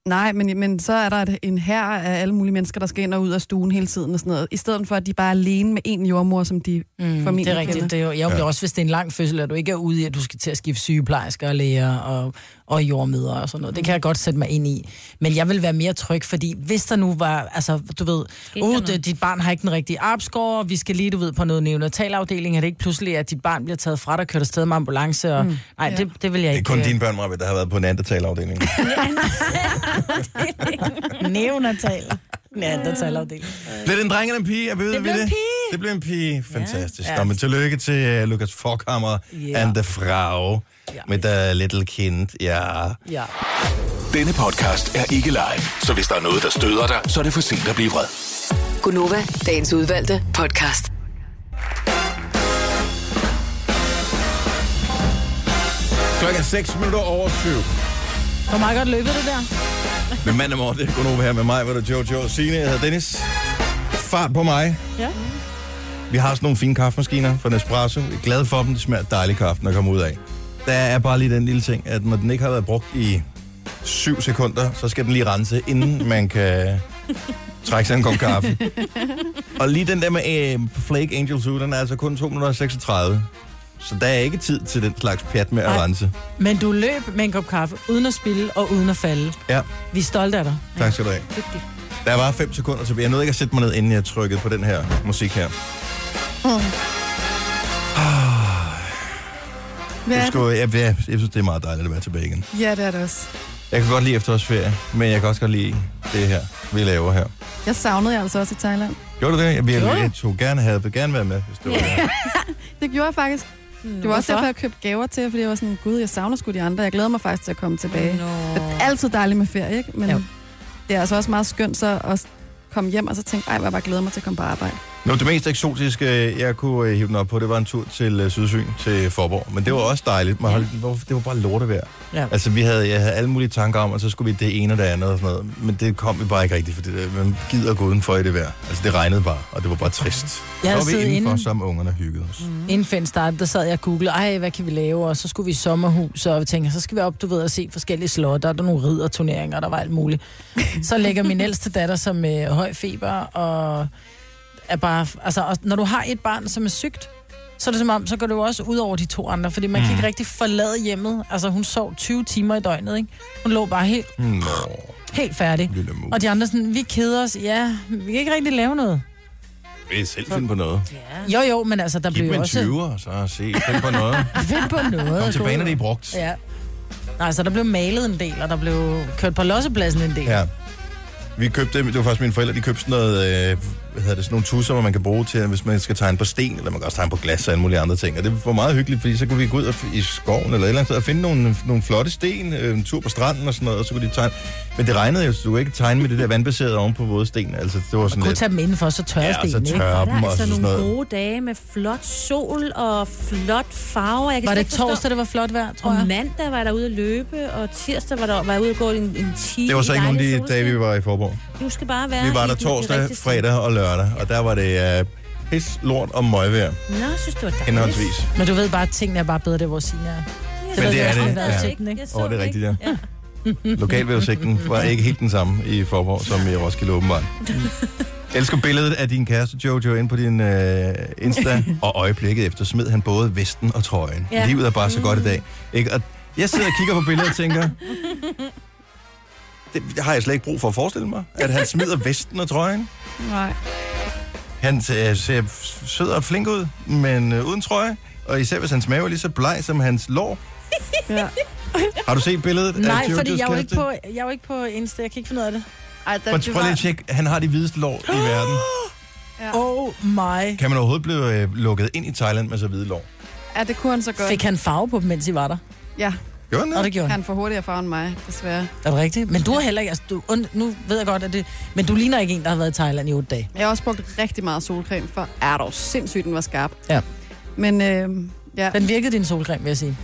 S4: Nej, men, men så er der et- en her af alle mulige mennesker, der skal ind og ud af stuen hele tiden og sådan noget. I stedet for, at de bare er alene med en jordmor, som de mm,
S2: Mm,
S4: formentlig
S2: det er rigtigt.
S4: kender.
S2: Det er jo, jeg ja. også, hvis det er en lang fødsel, og du ikke er ude i, at du skal til at skifte sygeplejersker og læger og, og jordmøder og sådan noget. Det kan jeg godt sætte mig ind i. Men jeg vil være mere tryg, fordi hvis der nu var, altså du ved,
S3: der
S2: oh,
S3: noget?"
S2: det, dit barn har ikke den rigtige arpskår, vi skal lige, du ved, på noget neonatalafdeling, er det ikke pludselig, at dit barn bliver taget fra dig og kørt afsted med ambulance. Og, mm. Nej, det, det vil jeg
S1: Det er
S2: ikke. øh,
S1: kun dine børn, Maja, der har været på en anden taleafdeling.
S2: Neonatal. Neandertalafdeling.
S1: Blev det en dreng eller en pige? Er vi det
S2: blev en pige.
S1: Det blev en pige. Fantastisk. Ja. Nå, men tillykke til uh, Lukas Forkammer yeah.
S2: Ja.
S1: and the Frau yeah. med the little kind. Ja.
S2: Ja.
S5: Denne podcast er ikke live, så hvis der er noget, der støder dig, så er det for sent at blive vred.
S6: Gunova, dagens udvalgte podcast.
S1: Klokken er 6 minutter over 7.
S2: Hvor meget godt løbet det der?
S1: Med mand og morgen, det kunne over her med mig, hvor der Jojo og Signe. Jeg hedder Dennis. Fart på mig.
S2: Ja.
S1: Vi har sådan nogle fine kaffemaskiner fra Nespresso. Jeg er glad for dem. Det smager dejlig kaffe, når jeg kommer ud af. Der er bare lige den lille ting, at når den ikke har været brugt i 7 sekunder, så skal den lige rense, inden man kan trække sig en kop kaffe. og lige den der med øh, Flake Angels ud, den er altså kun 2 minutter og 36. Så der er ikke tid til den slags pjat med at
S2: Nej.
S1: rense.
S2: Men du løb med en kop kaffe, uden at spille og uden at falde.
S1: Ja,
S2: Vi er stolte af dig.
S1: tak skal du have. Der var 5 sekunder tilbage. Jeg nåede ikke at sætte mig ned, inden jeg trykkede på den her musik her.
S4: Hvad
S1: Jeg,
S4: er det?
S1: skulle, jeg, jeg, jeg synes, det er meget dejligt at være tilbage igen.
S4: Ja, det er det også.
S1: Jeg kan godt lide efterårsferie, men jeg kan også godt lide det her, vi laver her.
S4: Jeg savnede jeg altså også i Thailand.
S1: Gjorde du det? Jeg, jeg, jeg tog gerne, havde gerne været med, hvis det var yeah.
S4: Det gjorde jeg faktisk.
S2: Mm.
S4: Det var også derfor, jeg købte gaver til, fordi jeg var sådan, gud, jeg savner sgu de andre. Jeg glæder mig faktisk til at komme tilbage.
S3: Nå.
S4: Det er altid dejligt med ferie, ikke? Men
S2: Jo.
S4: det er altså også meget skønt så at komme hjem og så tænke, ej, hvor jeg bare glæder mig til at komme på arbejde.
S1: Nå, det mest eksotiske, øh, jeg kunne øh, hive den op på, det var en tur til øh, Sydsyn, til Forborg. Men det var også dejligt. Man holdt, hvorfor- det var bare lortevejr.
S2: Ja.
S1: Altså, vi havde, jeg havde alle mulige tanker om, at så skulle vi det ene og det andet og sådan noget. Men det kom vi bare ikke rigtigt, fordi det, man gider gå udenfor i det vejr. Altså, det regnede bare, og det var bare trist.
S2: Jeg havde
S1: så var vi
S2: siddet
S1: indenfor
S2: inde.
S1: sammen med ungerne og hyggede os. Mm.
S2: Inden Finn startede, der sad jeg og googlede, ej, hvad kan vi lave? Og så skulle vi i sommerhus, og vi tænkte, så skal vi op, du ved, og se forskellige slotter, der er nogle ridderturneringer, og der var alt muligt. Så lægger min ældste datter, som øh, høj feber, og er bare, altså, og når du har et barn, som er sygt, så er det som om, så går det jo også ud over de to andre, fordi man mm. kan ikke rigtig forlade hjemmet. Altså, hun sov 20 timer i døgnet, ikke? Hun lå bare helt,
S1: Nå,
S2: helt færdig.
S1: lille mus.
S2: Og de andre sådan, vi keder os, ja, vi kan ikke rigtig lave noget.
S1: Vi selv finde på noget.
S2: Jo, jo, men altså, der
S1: Giv
S2: blev
S1: dem
S2: jo
S1: en
S2: også...
S1: 20'er, så se, find på noget.
S2: Find på noget.
S1: Kom tilbage,
S2: gode.
S1: når det er brugt.
S2: Ja. Nej, så der blev malet en del, og der blev kørt på lossepladsen en del.
S1: Ja. Vi købte, det var faktisk mine forældre, de købte sådan noget, øh, hvad hedder det, sådan nogle tusser, hvor man kan bruge til, hvis man skal tegne på sten, eller man kan også tegne på glas og alle mulige andre ting. Og det var meget hyggeligt, fordi så kunne vi gå ud og f- i skoven eller et eller andet sted og finde nogle, nogle flotte sten, øh, en tur på stranden og sådan noget, og så kunne de tegne. Men det regnede jo, så du kunne ikke tegne med det der vandbaserede oven på våde sten. Altså, det var sådan
S2: Kunne
S1: lidt...
S2: tage dem indenfor, så tørre
S1: Ja, og så
S2: stenen, ikke?
S1: tørre
S3: Der
S1: dem
S3: er
S1: og
S3: altså
S1: sådan
S3: nogle
S1: noget.
S3: gode dage med flot sol og flot farver. Jeg kan
S2: Var
S3: slet
S2: det
S3: ikke forstå-
S2: torsdag, det var flot vejr, tror
S3: Og
S2: jeg?
S3: mandag var der ude at løbe, og tirsdag var der var jeg ude at gå en, en time.
S1: Det var så
S3: i
S1: ikke nogen af
S3: dejlig
S1: de
S3: solskin.
S1: dage, vi var i Forborg.
S3: Du skal bare være...
S1: Vi var
S3: i
S1: der
S3: den- i den
S1: torsdag,
S3: rigtige stil.
S1: fredag og lørdag, og der var det øh, pis, lort og møgvejr,
S3: Nå, jeg synes, det var dejligt.
S1: henholdsvis.
S2: Men du ved bare, at tingene er bare bedre, der hvor Sina
S1: Øh,
S2: er.
S1: Men det er det, ja.
S3: Jeg så
S1: Åh, det er
S3: ikke.
S1: rigtigt, ja.
S3: Ja.
S1: Lokalvejrudsigten var ikke helt den samme i Forborg, som i Roskilde åbenbart. Elsker billedet af din kæreste Jojo ind på din øh, Insta, og øjeblikket efter smed han både vesten og trøjen. Ja.
S3: Ja.
S1: Livet er bare så godt i dag. Ikke? Og jeg sidder og kigger på billedet og tænker, det har jeg slet ikke brug for at forestille mig, at han smider vesten og trøjen.
S4: Nej.
S1: Han øh, ser sød og flink ud, men øh, uden trøje. Og især hvis hans mave er lige så bleg som hans lår.
S4: Ja.
S1: Har du set billedet af
S2: Nej,
S1: Jojos
S2: fordi jeg er jo
S1: kæreste?
S2: ikke på, jeg er jo ikke på Insta, jeg kan ikke finde ud af det.
S4: Ej, da,
S1: Prøv,
S4: det
S1: prøv lige
S4: var,
S1: at tjekke, han har de hvideste lår i verden.
S2: Oh my.
S1: Kan man overhovedet blive øh, lukket ind i Thailand med så hvide lår?
S4: ja, det kunne han så godt.
S2: Fik han farve på dem, mens I var der?
S4: Ja,
S1: Gjorde
S2: Og
S1: han
S2: det
S1: det?
S2: gjorde han.
S4: han får hurtigere farve end mig, desværre.
S2: Er det rigtigt? Men du er heller ikke, altså, du, und, nu ved jeg godt, at det, men du ligner ikke en, der har været i Thailand i otte dage.
S4: Jeg har også brugt rigtig meget solcreme, for er dog sindssygt, den var skarp.
S2: Ja.
S4: Men øh, ja,
S2: Den virkede din solcreme, vil jeg sige.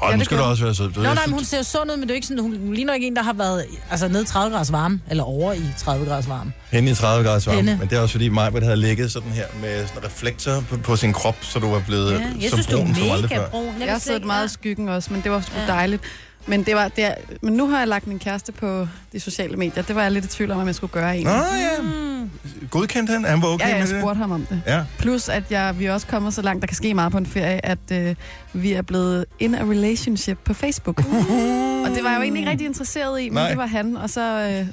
S1: Og nu
S4: det
S1: skal du
S4: gjorde
S1: også være sød. Du
S2: Nå,
S1: ved,
S2: nej, men hun ser jo sund ud, men det er jo ikke sådan, hun ligner ikke en, der har været altså, ned i 30 grader varme, eller over i 30 grader varme.
S1: Hende i 30 grader varme.
S2: Hende.
S1: Men det er også fordi Majbert havde ligget sådan her med sådan reflektor på, på sin krop, så du var blevet
S3: Ja, jeg
S1: så
S3: synes, du
S1: brun som
S3: er
S1: aldrig
S3: mega
S1: før.
S3: brun.
S4: jeg har
S3: vidste
S4: siddet
S3: ikke-
S4: meget i
S3: Ja.
S4: skyggen også, men det var sgu dejligt. Men, det var, det er, men nu har jeg lagt min kæreste på de sociale medier. Det var jeg lidt i tvivl om, om jeg skulle gøre egentlig.
S1: Nå ja. Godkendte han? Han var okay
S4: ja,
S1: med
S4: jeg
S1: det?
S4: spurgte ham om det.
S1: Ja.
S4: Plus, at jeg, vi er også kommet så langt, der kan ske meget på en ferie, at øh, vi er blevet in a relationship på Facebook. Og det var jeg jo egentlig ikke rigtig interesseret i, men
S1: Nej.
S4: Nej. det var han. Og så, øh,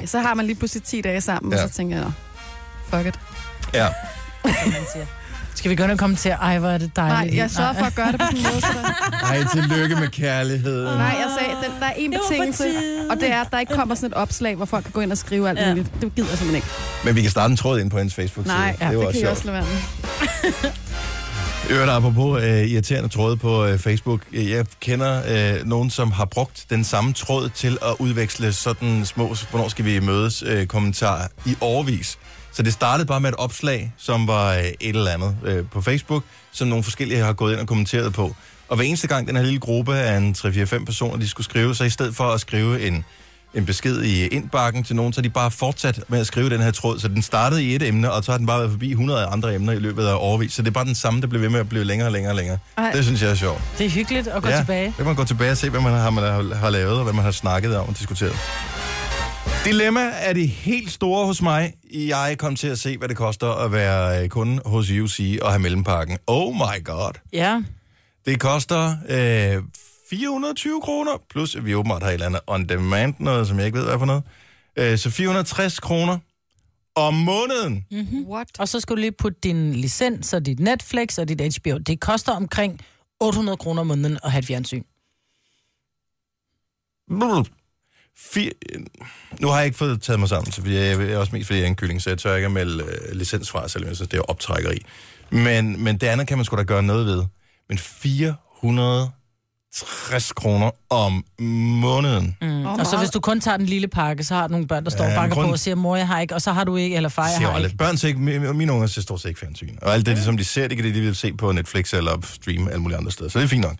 S4: ja, så har man lige pludselig 10 dage sammen,
S1: Ja.
S4: ja. og så tænker jeg, "Nå, fuck it.
S1: ja.
S2: Skal vi begynde at komme til, ej, hvor er det
S4: Nej,
S2: dejligt.
S4: jeg sørger for at gøre det på sådan en måde. Så der...
S1: Ej, tillykke med kærligheden.
S4: Nej, jeg sagde, den, der er en
S3: Det var på
S4: betingelse,
S3: tide.
S4: og det er, at der ikke kommer sådan et opslag, hvor folk kan gå ind og skrive alt
S3: Ja.
S4: muligt. Det gider jeg simpelthen ikke.
S1: Men vi kan starte en tråd ind på hendes Facebook-side.
S4: Nej, ja,
S1: var
S4: det,
S1: også
S4: kan
S1: sjovt.
S4: jeg også lade være med.
S1: Øvrigt apropos øh, irriterende tråde på øh, Facebook. Øh, Jeg kender øh, nogen, som har brugt den samme tråd til at udveksle sådan små, hvornår skal vi mødes, øh, kommentarer i overvis. Så det startede bare med et opslag, som var øh, et eller andet øh, på Facebook, som nogle forskellige har gået ind og kommenteret på. Og hver eneste gang den her lille gruppe af en 3-4-5 personer, de skulle skrive, så i stedet for at skrive en en besked i indbakken til nogen, så de bare fortsat med at skrive den her tråd. Så den startede i et emne, og så har den bare været forbi 100 andre emner i løbet af årvis. Så det er bare den samme, der bliver ved med at blive længere og længere og længere. Ej.
S4: Ej.
S1: Det synes jeg er sjovt.
S2: Det er hyggeligt at gå ja. tilbage.
S1: Det kan man gå tilbage og se, hvad man har, man har, har lavet, og hvad man har snakket om og diskuteret. Dilemma er det helt store hos mig. Jeg kom til at se, hvad det koster at være øh, kunde hos UC og have mellempakken. Oh my god.
S2: Ja.
S1: Det koster øh, 420 kroner, plus at vi åbenbart har et eller andet on-demand, noget som jeg ikke ved, hvad for noget. Øh, så 460 kroner om måneden. Mm.
S4: What?
S2: Og så skal du lige putte din licens og dit Netflix og dit HBO. Det koster omkring 800 kroner om måneden at have et fjernsyn.
S1: Nu har jeg ikke fået taget mig sammen, så jeg jeg er også mest fordi, jeg er en kylling, så jeg tør ikke at melde øh, licens fra, selvom jeg synes, det er optrækkeri. Men, men det andet kan man sgu da gøre noget ved. Men 460 60 kroner om måneden. Mm.
S4: Og,
S2: Og så hvis du kun tager den lille pakke, så har du nogle børn, der står og
S1: Ja,
S2: banker
S1: grund-
S2: på og siger, mor, jeg har ikke, og så har du ikke, eller far, jeg
S1: Siger
S2: har
S1: jo
S2: ikke.
S1: aldrig. Børn ser ikke, mi- mine unger ser stort set ikke fjernsyn. Og alt det, som de ser, det kan de, de vil se på Netflix eller på stream alle mulige andre steder. Så det er fint nok.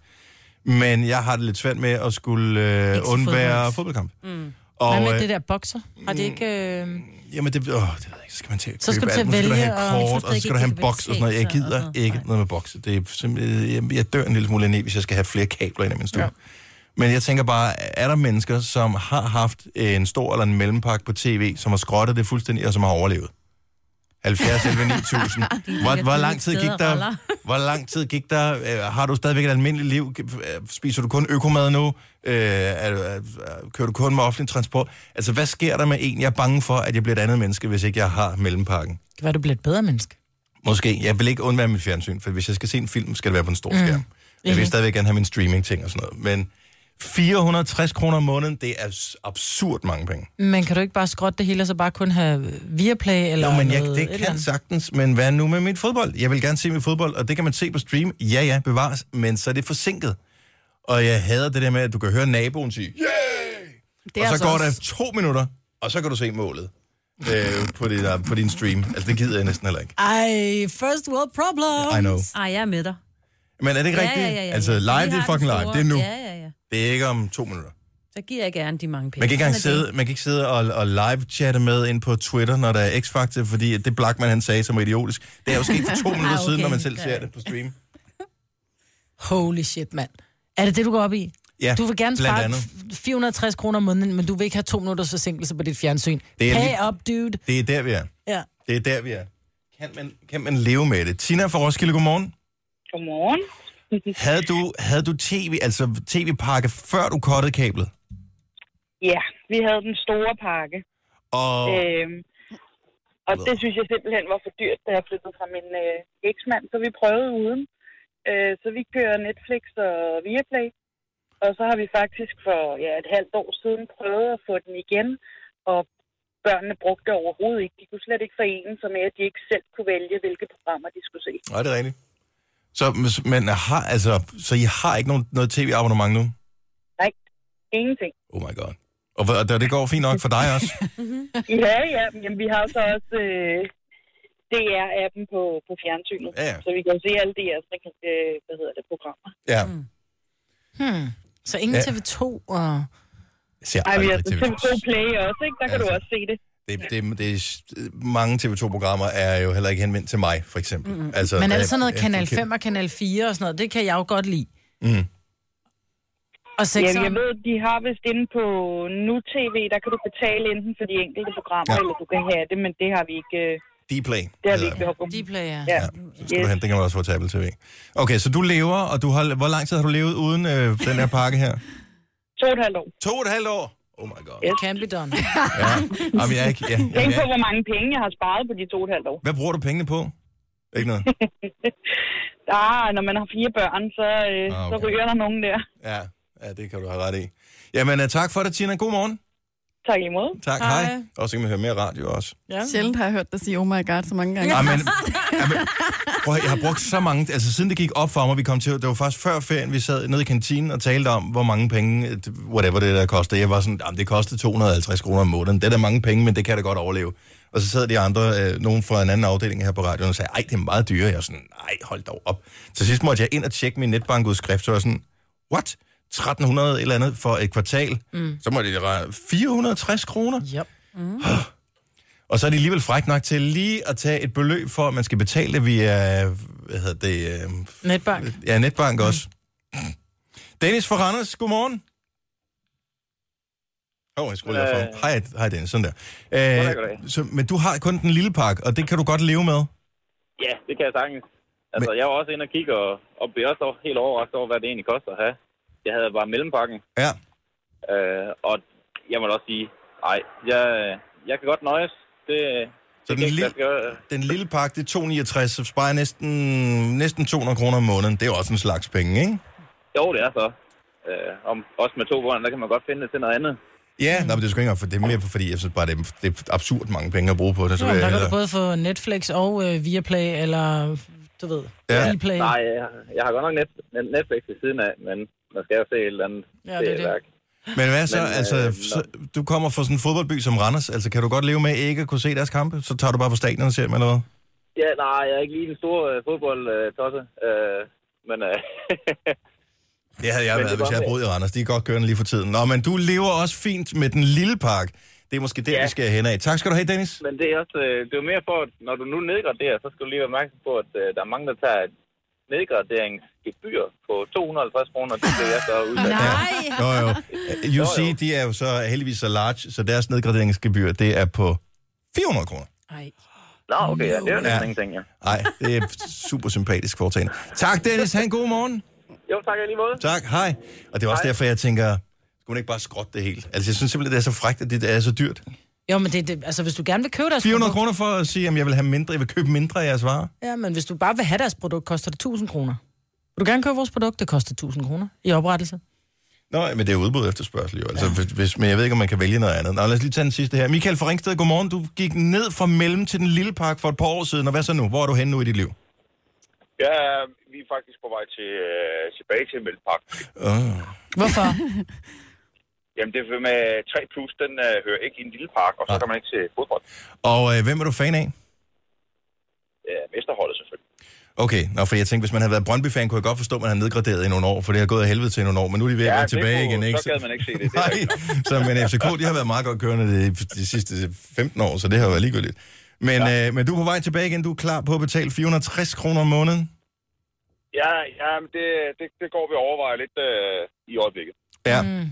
S1: Men jeg har det lidt svært med at skulle øh,
S2: Ikke til
S1: undvære
S2: fodbold.
S1: fodboldkamp. Mm.
S2: Hvad
S1: Og,
S2: med
S1: øh,
S2: det der bokser? Har det ikke... Øh...
S1: Jamen, det, åh, det ved jeg ikke. Så skal man til at
S2: Så skal
S1: købe
S2: du
S1: alt. Nu skal
S2: til at
S1: du
S2: vælge,
S1: have
S2: og-
S3: Jeg tror
S1: kort,
S3: slet
S1: og så
S3: ikke,
S1: skal du have en
S3: det
S1: boks og sådan noget. Jeg
S3: kan
S1: gider
S3: betale sig,
S1: ikke
S3: og-
S1: noget med bokse. Det er simpelthen, jeg, jeg dør en lille smule indeni, hvis jeg skal have flere kabler ind i min stue. Ja. Men jeg tænker bare, er der mennesker, som har haft en stor eller en mellempakke på tv, som har skrottet det fuldstændig, og som har overlevet? 70 11 9000. Hvor, hvor lang tid gik der? Hvor lang tid gik der? Øh, har du stadigvæk et almindeligt liv? Øh, Spiser du kun økomad nu? Øh, er, du- er, kører du kun med offentlig transport? Altså, hvad sker der med en? Jeg er bange for, at jeg bliver et andet menneske, hvis ikke jeg har mellempakken.
S2: Det kan være, du bliver et bedre menneske.
S1: Måske. Jeg vil ikke undvære mit fjernsyn, for hvis jeg skal se en film, skal det være på en stor skærm. Mm. Jeg vil
S2: Enig.
S1: stadigvæk gerne have min streaming-ting og sådan noget. Men 460 kroner om måneden, det er s- absurd mange penge.
S2: Men kan du ikke bare skrotte det hele, og så bare kun have Viaplay eller
S1: Jo, men jeg,
S2: noget, et
S1: det
S2: eller
S1: kan
S2: andet?
S1: sagtens, men hvad nu med mit fodbold? Jeg vil gerne se mit fodbold, og det kan man se på stream. Ja, ja, bevares, men så er det forsinket. Og jeg hader det der med, at du kan høre naboen sige, yeah!
S4: det
S1: og så
S4: altså
S1: går
S4: også-
S1: der to minutter, og så kan du se målet øh, på, dit, på din stream. Altså, det gider jeg næsten heller ikke.
S2: Ej, first world
S1: I
S2: problem.
S1: know.
S3: Ej, jeg er med dig.
S1: Men er det ikke
S3: Ja,
S1: rigtigt?
S3: ja, ja, ja.
S1: Altså,
S3: Vi har
S1: live, det er
S3: den
S1: fucking live.
S3: store.
S1: Det er nu.
S3: Ja, ja, ja.
S1: Det er ikke om to minutter.
S3: Så giver jeg gerne de mange penge.
S1: Man kan ikke engang
S3: Sådan er det.
S1: sidde, man kan ikke sidde og, og live-chatte med ind på Twitter, når der er X-Factor, fordi at det Blackman han sagde, som var idiotisk, det er jo sket for to minutter
S3: Ah, okay.
S1: siden, når man selv ser
S3: Ja.
S1: det på stream.
S2: Holy shit, mand. Er det det, du går op i?
S1: Ja,
S2: Du vil gerne
S1: blandt
S2: spare
S1: andet.
S2: f- 460 kroner om måneden, men du vil ikke have to minutters forsinkelse på dit fjernsyn.
S1: Det er
S2: Pay
S1: lige-
S2: up, dude.
S1: Det er der, vi er.
S2: Ja.
S1: Det er der, vi er. Kan man, kan man leve med det? Tina fra Roskilde, godmorgen.
S7: Godmorgen.
S1: Havde du, havde du tv, altså tv-pakke, før du kottede kablet?
S7: Ja, vi havde den store pakke.
S1: Og,
S7: Oh. Øhm, og det synes jeg simpelthen var for dyrt, da jeg flyttede fra min øh, eksmand, så vi prøvede uden. Øh, så vi kører Netflix og Viaplay. Og så har vi faktisk for ja, et halvt år siden prøvet at få den igen, og børnene brugte det overhovedet ikke. De kunne slet ikke forene sig med, at de ikke selv kunne vælge, hvilke programmer de skulle se.
S1: nej, det er rigtigt. Så, men har, altså, så I har ikke nogen, noget tv-abonnement nu?
S7: Nej, ingenting.
S1: Oh my god. Og, hvor- og det går fint nok for dig også?
S7: Ja, ja. men Jamen, vi har så også øh, DR-appen på, på fjernsynet,
S1: Ja, ja.
S7: så vi kan se alle DR's øh, hvad hedder det, programmer.
S1: Ja.
S2: Mm. Hmm. Så ingen
S1: Ja.
S2: TV2 og...
S1: Jeg ser
S7: Ej, vi har
S1: aldrig
S7: så
S1: TV2.
S7: TV2 Play også, ikke? Der kan
S1: Ja,
S7: du
S1: så-
S7: også se det.
S1: Det, det, det, er- mange TV2-programmer er jo heller ikke henvendt til mig, for eksempel. Mm-hmm. Altså,
S2: Men
S1: der
S2: er det sådan noget
S1: jeg-
S2: Kanal
S1: jeg-
S2: 5 og Kanal 4 og sådan noget? Det kan jeg jo godt lide.
S1: Mm.
S2: Og
S7: Jamen, jeg
S2: sekseren?
S7: ved, de har vist inde på NuTV, der kan du betale enten for de enkelte programmer,
S1: Ja.
S7: ja. eller du kan have det, men det har vi ikke, øh,
S1: Dplay.
S7: det har vi
S1: hedder
S7: ikke behov for.
S2: De player.
S7: Ja.
S1: Ja, så skal du hen. Den kan man også få til Apple TV. Okay, så du lever, og du har, hvor lang tid har du levet uden øh, den her pakke her?
S7: To og et halvt år.
S1: To og et halvt år. Oh my god.
S7: Ja.
S2: Can be done.
S1: Ja. Jamen, jeg er ikke, ja, jamen,
S7: Tænk
S1: jeg,
S7: på,
S1: er-
S7: hvor mange penge jeg har sparet på de to og et halvt år.
S1: hvad bruger du pengene på? Ikke noget?
S7: Ah, når man har fire børn, så, øh,
S1: Ah,
S7: ah, okay. så
S1: okay.
S7: ryger der nogen der.
S1: Ja, ja det kan du have ret i. Jamen, øh, tak for det, Tina. God morgen.
S7: Tak imod.
S1: Tak, hej.
S2: Hej.
S1: hej. Og så kan man høre mere radio også.
S2: Ja.
S4: Sjældent har jeg hørt dig sige, oh my god, så mange gange.
S1: Ja. Ah, men, ja, men, prøv, at høre, jeg har brugt så mange... Altså, siden det gik op for mig, vi kom til... Det var faktisk før ferien, vi sad nede i kantinen og talte om, hvor mange penge... øh, Whatever det der koster. Jeg var sådan, jamen, det kostede 250 kroner om måneden. Det er da mange penge, men det kan jeg da godt overleve. Og så sad de andre, øh, nogen fra en anden afdeling her på radioen, og sagde, ej, det er meget dyrere. Jeg var sådan, nej, hold dog op. Til sidst måtte jeg ind og tjekke min netbankudskrift, så var jeg sådan, what? 1300 et eller andet for et kvartal. Mm. Så må det være 460 kroner.
S2: Yep.
S1: Og så er de alligevel fræk nok til lige at tage et beløb for, at man skal betale det via, hvad hedder det, øh,
S2: Netbank.
S1: ja, netbank også. Dennis fra Randers, godmorgen. Åh, oh, jeg skulle lige for. Hej, hej Dennis, sådan der. Øh,
S8: goddag.
S1: så, men du har kun den lille pakke, og det kan du godt leve med.
S8: Ja, det kan jeg sagtens. Altså, Men... jeg var også inde og kigge, og, og blev også helt overrasket over, hvad det egentlig koster at have. Jeg havde bare mellempakken,
S1: Ja,
S8: øh, og jeg må da også sige, nej, jeg, jeg kan godt nøjes. Det,
S1: så den,
S8: det kan ikke Øh,
S1: lille,
S8: lade sig gøre.
S1: den lille pakke, det er 269, så sparer jeg næsten, næsten 200 kroner om måneden. Det er jo også en slags penge, ikke?
S8: Jo, det er så. Øh, om, også med to børn, der kan man godt finde det til noget andet.
S1: Ja, mm. nej, men det er sgu ikke engang for det er mere, fordi jeg synes bare, det er, det er absurd mange penge at bruge på det. Så
S2: Jo,
S1: vil
S2: men
S1: jeg
S2: der kan du
S1: hellere-
S2: både få Netflix og øh, Viaplay, eller du ved,
S1: Ja.
S2: Viaplay.
S8: Nej, jeg, jeg har godt nok net, net- Netflix ved siden af, men der skal jeg se et eller andet
S2: Ja, det er det.
S8: værk.
S1: Men hvad så?
S8: Men, øh,
S1: altså, så, du kommer fra sådan en fodboldby som Randers. Altså, kan du godt leve med ikke at kunne se deres kampe? Så tager du bare på stadion og ser dem, eller hvad?
S8: Ja, nej, jeg er ikke lige den store øh, fodboldtosse, øh, men øh,
S1: Det havde jeg
S8: Men det
S1: været,
S8: var
S1: hvis jeg havde
S8: med-
S1: boet i Randers. De er godt kørende lige for tiden. Nå, men du lever også fint med den lille park. Det er måske der, ja.
S8: Ja.
S1: vi skal hen af. Tak skal du have, Dennis.
S8: men det er også øh, det er jo mere for, at når du nu nedgraderer, så skal du lige være opmærksom på, at øh, der er mange, der tager et nedgraderingsgebyr på 250 kroner. Det bliver jeg så udsat.
S3: Nej.
S1: Jo, jo.
S8: jo.
S1: UC, de er jo så heldigvis så large, så deres nedgraderingsgebyr, det er på 400 kroner.
S2: Ej.
S8: Nå, okay, ja, det er jo
S1: Ja.
S8: næsten ingenting, ja.
S1: Nej, det er super sympatisk foretagende. Tak, Dennis. Ha' en god morgen.
S8: Jo, tak alligevel.
S1: Tak, hej. Og det var også
S8: Hej.
S1: derfor, jeg tænker, skulle man ikke bare skrotte det helt? Altså, jeg synes simpelthen, det er så frækt, at det er så dyrt.
S2: Jo, men det, det, altså, hvis du gerne vil købe deres
S1: 400
S2: produkt,
S1: kroner for at sige, om jeg vil have mindre, jeg vil købe mindre af jeres varer.
S2: Ja, men hvis du bare vil have deres produkt, koster det 1000 kroner. Vil du gerne købe vores produkt? Det koster 1000 kroner i oprettelse.
S1: Nå, men det er udbud og efterspørgsel jo. Altså, ja. hvis, men jeg ved ikke, om man kan vælge noget andet. Nå, lad os lige tage den sidste her. Michael fra Ringsted, godmorgen. Du gik ned fra Mellem til den lille park for et par år siden, og hvad så nu? Hvor er du henne nu i dit liv?
S9: Ja, vi er faktisk på vej til, øh, tilbage til Møllepark.
S1: Oh.
S2: Hvorfor?
S9: Jamen, det er med 3 plus, den øh, hører ikke i en lille park, og så
S1: Nej.
S9: kan man ikke til fodbold.
S1: Og øh, hvem er du fan af?
S9: Ja, mesterholdet selvfølgelig.
S1: Okay, Nå, for jeg tænkte, hvis man havde været Brøndby-fan, kunne jeg godt forstå, at man havde nedgraderet i nogle år, for det har gået af helvede til i nogle år, men nu er de ved at
S9: Ja,
S1: være
S9: det
S1: tilbage
S9: kunne-
S1: igen, ikke?
S9: så gad man ikke se det, det er
S1: Nej, så, men FCK, de har været meget godt kørende de, de sidste 15 år, så det har jo været ligegyldigt. Men, ja. øh, men du er på vej tilbage igen, du er klar på at betale 460 kroner om måneden?
S9: Ja, ja men det, det, det går vi og overvejer lidt øh, i øjeblikket.
S1: Ja. Mm.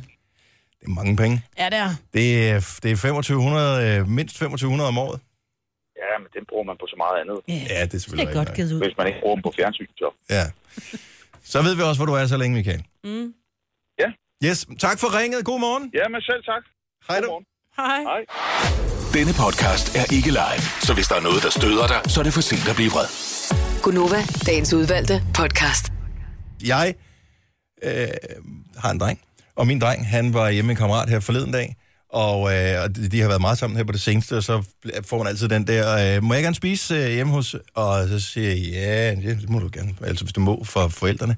S1: Det er mange penge.
S2: Ja, det er.
S1: Det er, det er 2500, øh, mindst 2500 om året.
S9: Ja, men den bruger man på så meget andet,
S1: Ja, det er
S3: Det
S1: selvfølgelig
S3: er
S1: rigtigt
S3: godt
S1: nok.
S3: givet ud.
S9: hvis man ikke bruger dem på fjernsyn. Så.
S1: Ja. Så ved vi også, hvor du er så længe, Michael.
S3: Mm.
S9: Ja.
S1: Yes, tak for ringet. God morgen.
S9: Ja, men selv tak.
S1: Hej du.
S9: Godmorgen.
S2: Hej.
S9: Hej.
S5: Denne podcast er ikke live, så hvis der er noget, der støder dig, så er det for sent at blive vred.
S6: Gunova, dagens udvalgte podcast.
S1: jeg øh, har en dreng, og min dreng, han var hjemme med en kammerat her forleden dag, og, øh, og de, de har været meget sammen her på det seneste, og så får man altid den der, øh, må jeg gerne spise øh, hjemme hos, og så siger jeg, ja, det må du gerne, altså hvis du må, for forældrene.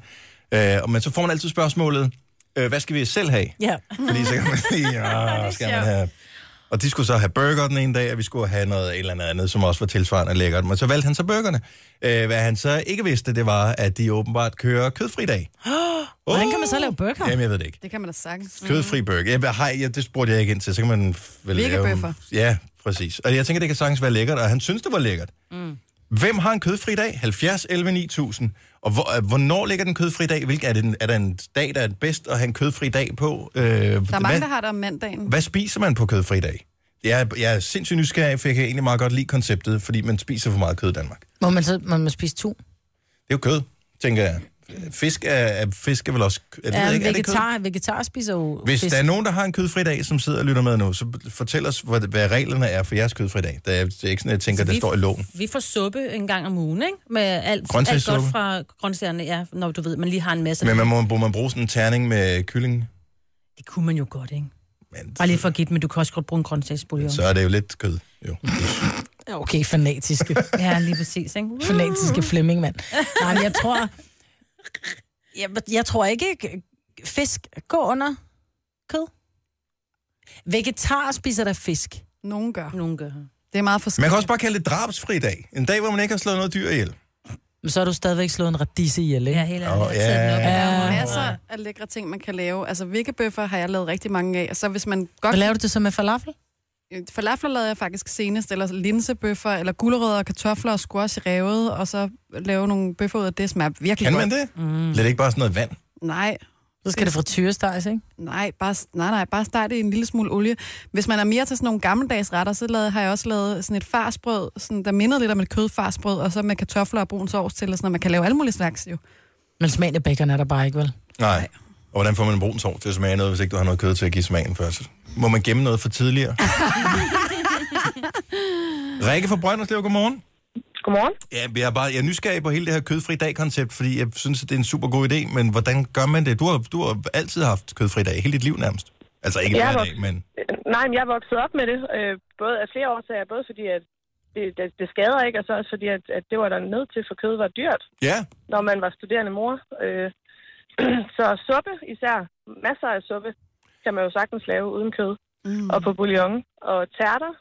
S1: Øh, og- men så får man altid spørgsmålet, øh, hvad skal vi selv have?
S2: Ja.
S1: Fordi så kan man sige, ja, skal man have... Og de skulle så have burger den ene dag, og vi skulle have noget et eller andet andet, som også var tilsvarende lækkert. Men så valgte han så burgerne. Øh, hvad han så ikke vidste, det var, at de åbenbart kører kødfri dag. Oh,
S2: Hvordan kan man så lave burger?
S1: Jamen, jeg ved det ikke.
S4: Det kan man da sagtens.
S1: Kødfri burger. Ja, hvad har jeg, ja, det spurgte jeg ikke ind til. Så kan man f- vel
S4: Vegabøffer.
S1: Ja, præcis. Og jeg tænker, det kan sagtens være lækkert, og han synes, det var lækkert. Mm. Hvem har en kødfri dag? 70, 11, 9000. Og hvor, øh, hvornår ligger den kødfri dag? Hvilken, er, det en, er der en dag, der er bedst at have en kødfri dag på? Øh,
S4: Der er mange, der har det om mandagen.
S1: hvad spiser man på kødfri dag? Jeg er, jeg er sindssygt nysgerrig, for jeg kan egentlig meget godt lide konceptet, fordi man spiser for meget kød i Danmark.
S2: Må man så må man spise to?
S1: Det er jo kød, tænker jeg. Fisk er, er, fisk er vel også... kød- Er det,
S2: Ja,
S1: ved jeg ikke,
S2: ikke,
S1: er det kød?
S2: vegetar, vegetar spiser jo
S1: Hvis
S2: fisk.
S1: der er nogen, der har en kødfri dag, som sidder og lytter med nu, så fortæl os, hvad, hvad reglerne er for jeres kødfri dag. Det er, det er ikke sådan, at jeg tænker,
S3: Så
S1: det står i loven.
S3: Vi får suppe en gang om ugen, ikke? Med alt, alt
S1: Grøntsagssuppe.
S3: godt fra grøntsagerne, ja, når du ved, man lige har en masse.
S1: Men man må, må man bruge sådan en terning med kylling.
S3: Det kunne man jo godt, ikke?
S1: Men
S3: Bare lige for at give det, men du kan også godt bruge en grøntsagsbouillon.
S1: så er det jo lidt kød. Jo.
S2: Ja, Okay, fanatiske.
S3: Ja, lige præcis, ikke?
S2: fanatiske Flemming, mand. Nej, men jeg tror... Jeg, jeg tror ikke, fisk går under kød. Vegetarer spiser der fisk.
S4: Nogen gør.
S3: Nogen gør.
S4: Det er meget
S1: Man
S4: forskelligt.
S1: kan også bare kalde det drabsfri dag. En dag, hvor man ikke har slået noget dyr ihjel.
S2: Men så har du stadigvæk slået en radise ihjel, ikke?
S3: Ja,
S2: Ja.
S3: helt
S1: Åh,
S3: ærligt. Oh,
S1: ja.
S4: Der
S3: yeah.
S4: er masser af lækre ting, man kan lave. Altså, vikkebøffer har jeg lavet rigtig mange af. Og så hvis man godt...
S2: Hvad laver du det så med falafel?
S4: Falafler lavede jeg faktisk senest, eller linsebøffer, eller gulerødder og kartofler og squash i revet, og så lave nogle bøffer ud af det, smager virkelig
S1: Kan
S4: godt.
S1: man det? Mm. Lidt ikke bare sådan noget vand.
S4: Nej,
S2: Så skal det fra tyrestejs, ikke?
S4: nej, bare, nej, nej, bare start det i en lille smule olie. Hvis man er mere til sådan nogle gammeldags retter, så lavede, har jeg også lavet sådan et farsbrød, sådan, der mindede lidt om et kødfarsbrød, og så med kartofler og brun sovs til, og sådan, og man kan lave alle mulige slags jo.
S2: Men smagen af bacon er der bare ikke, vel?
S1: Nej. Og hvordan får man en brun sovs til at smage noget, hvis ikke du har noget kød til at give smagen først? Må man gemme noget for tidligere? Rikke fra Brønderslev, godmorgen.
S7: Godmorgen.
S1: Ja, jeg er, bare, jeg er nysgerrig på hele det her kødfri dag-koncept, fordi jeg synes, at det er en super god idé, men hvordan gør man det? Du har, du har altid haft kødfri dag, hele dit liv nærmest. Altså ikke
S7: Jeg
S1: hver
S7: har
S1: dag, men...
S7: Øh, Nej, men jeg er vokset op med det, øh, både af flere årsager, både fordi, at det, det, det skader ikke, og så også fordi, at, at det var der nødt til, for kød var dyrt,
S1: Ja,
S7: når man var studerende mor. Øh, Så suppe især, masser af suppe, kan man jo sagtens lave uden kød. Mm. Og på bouillon. Og tærter,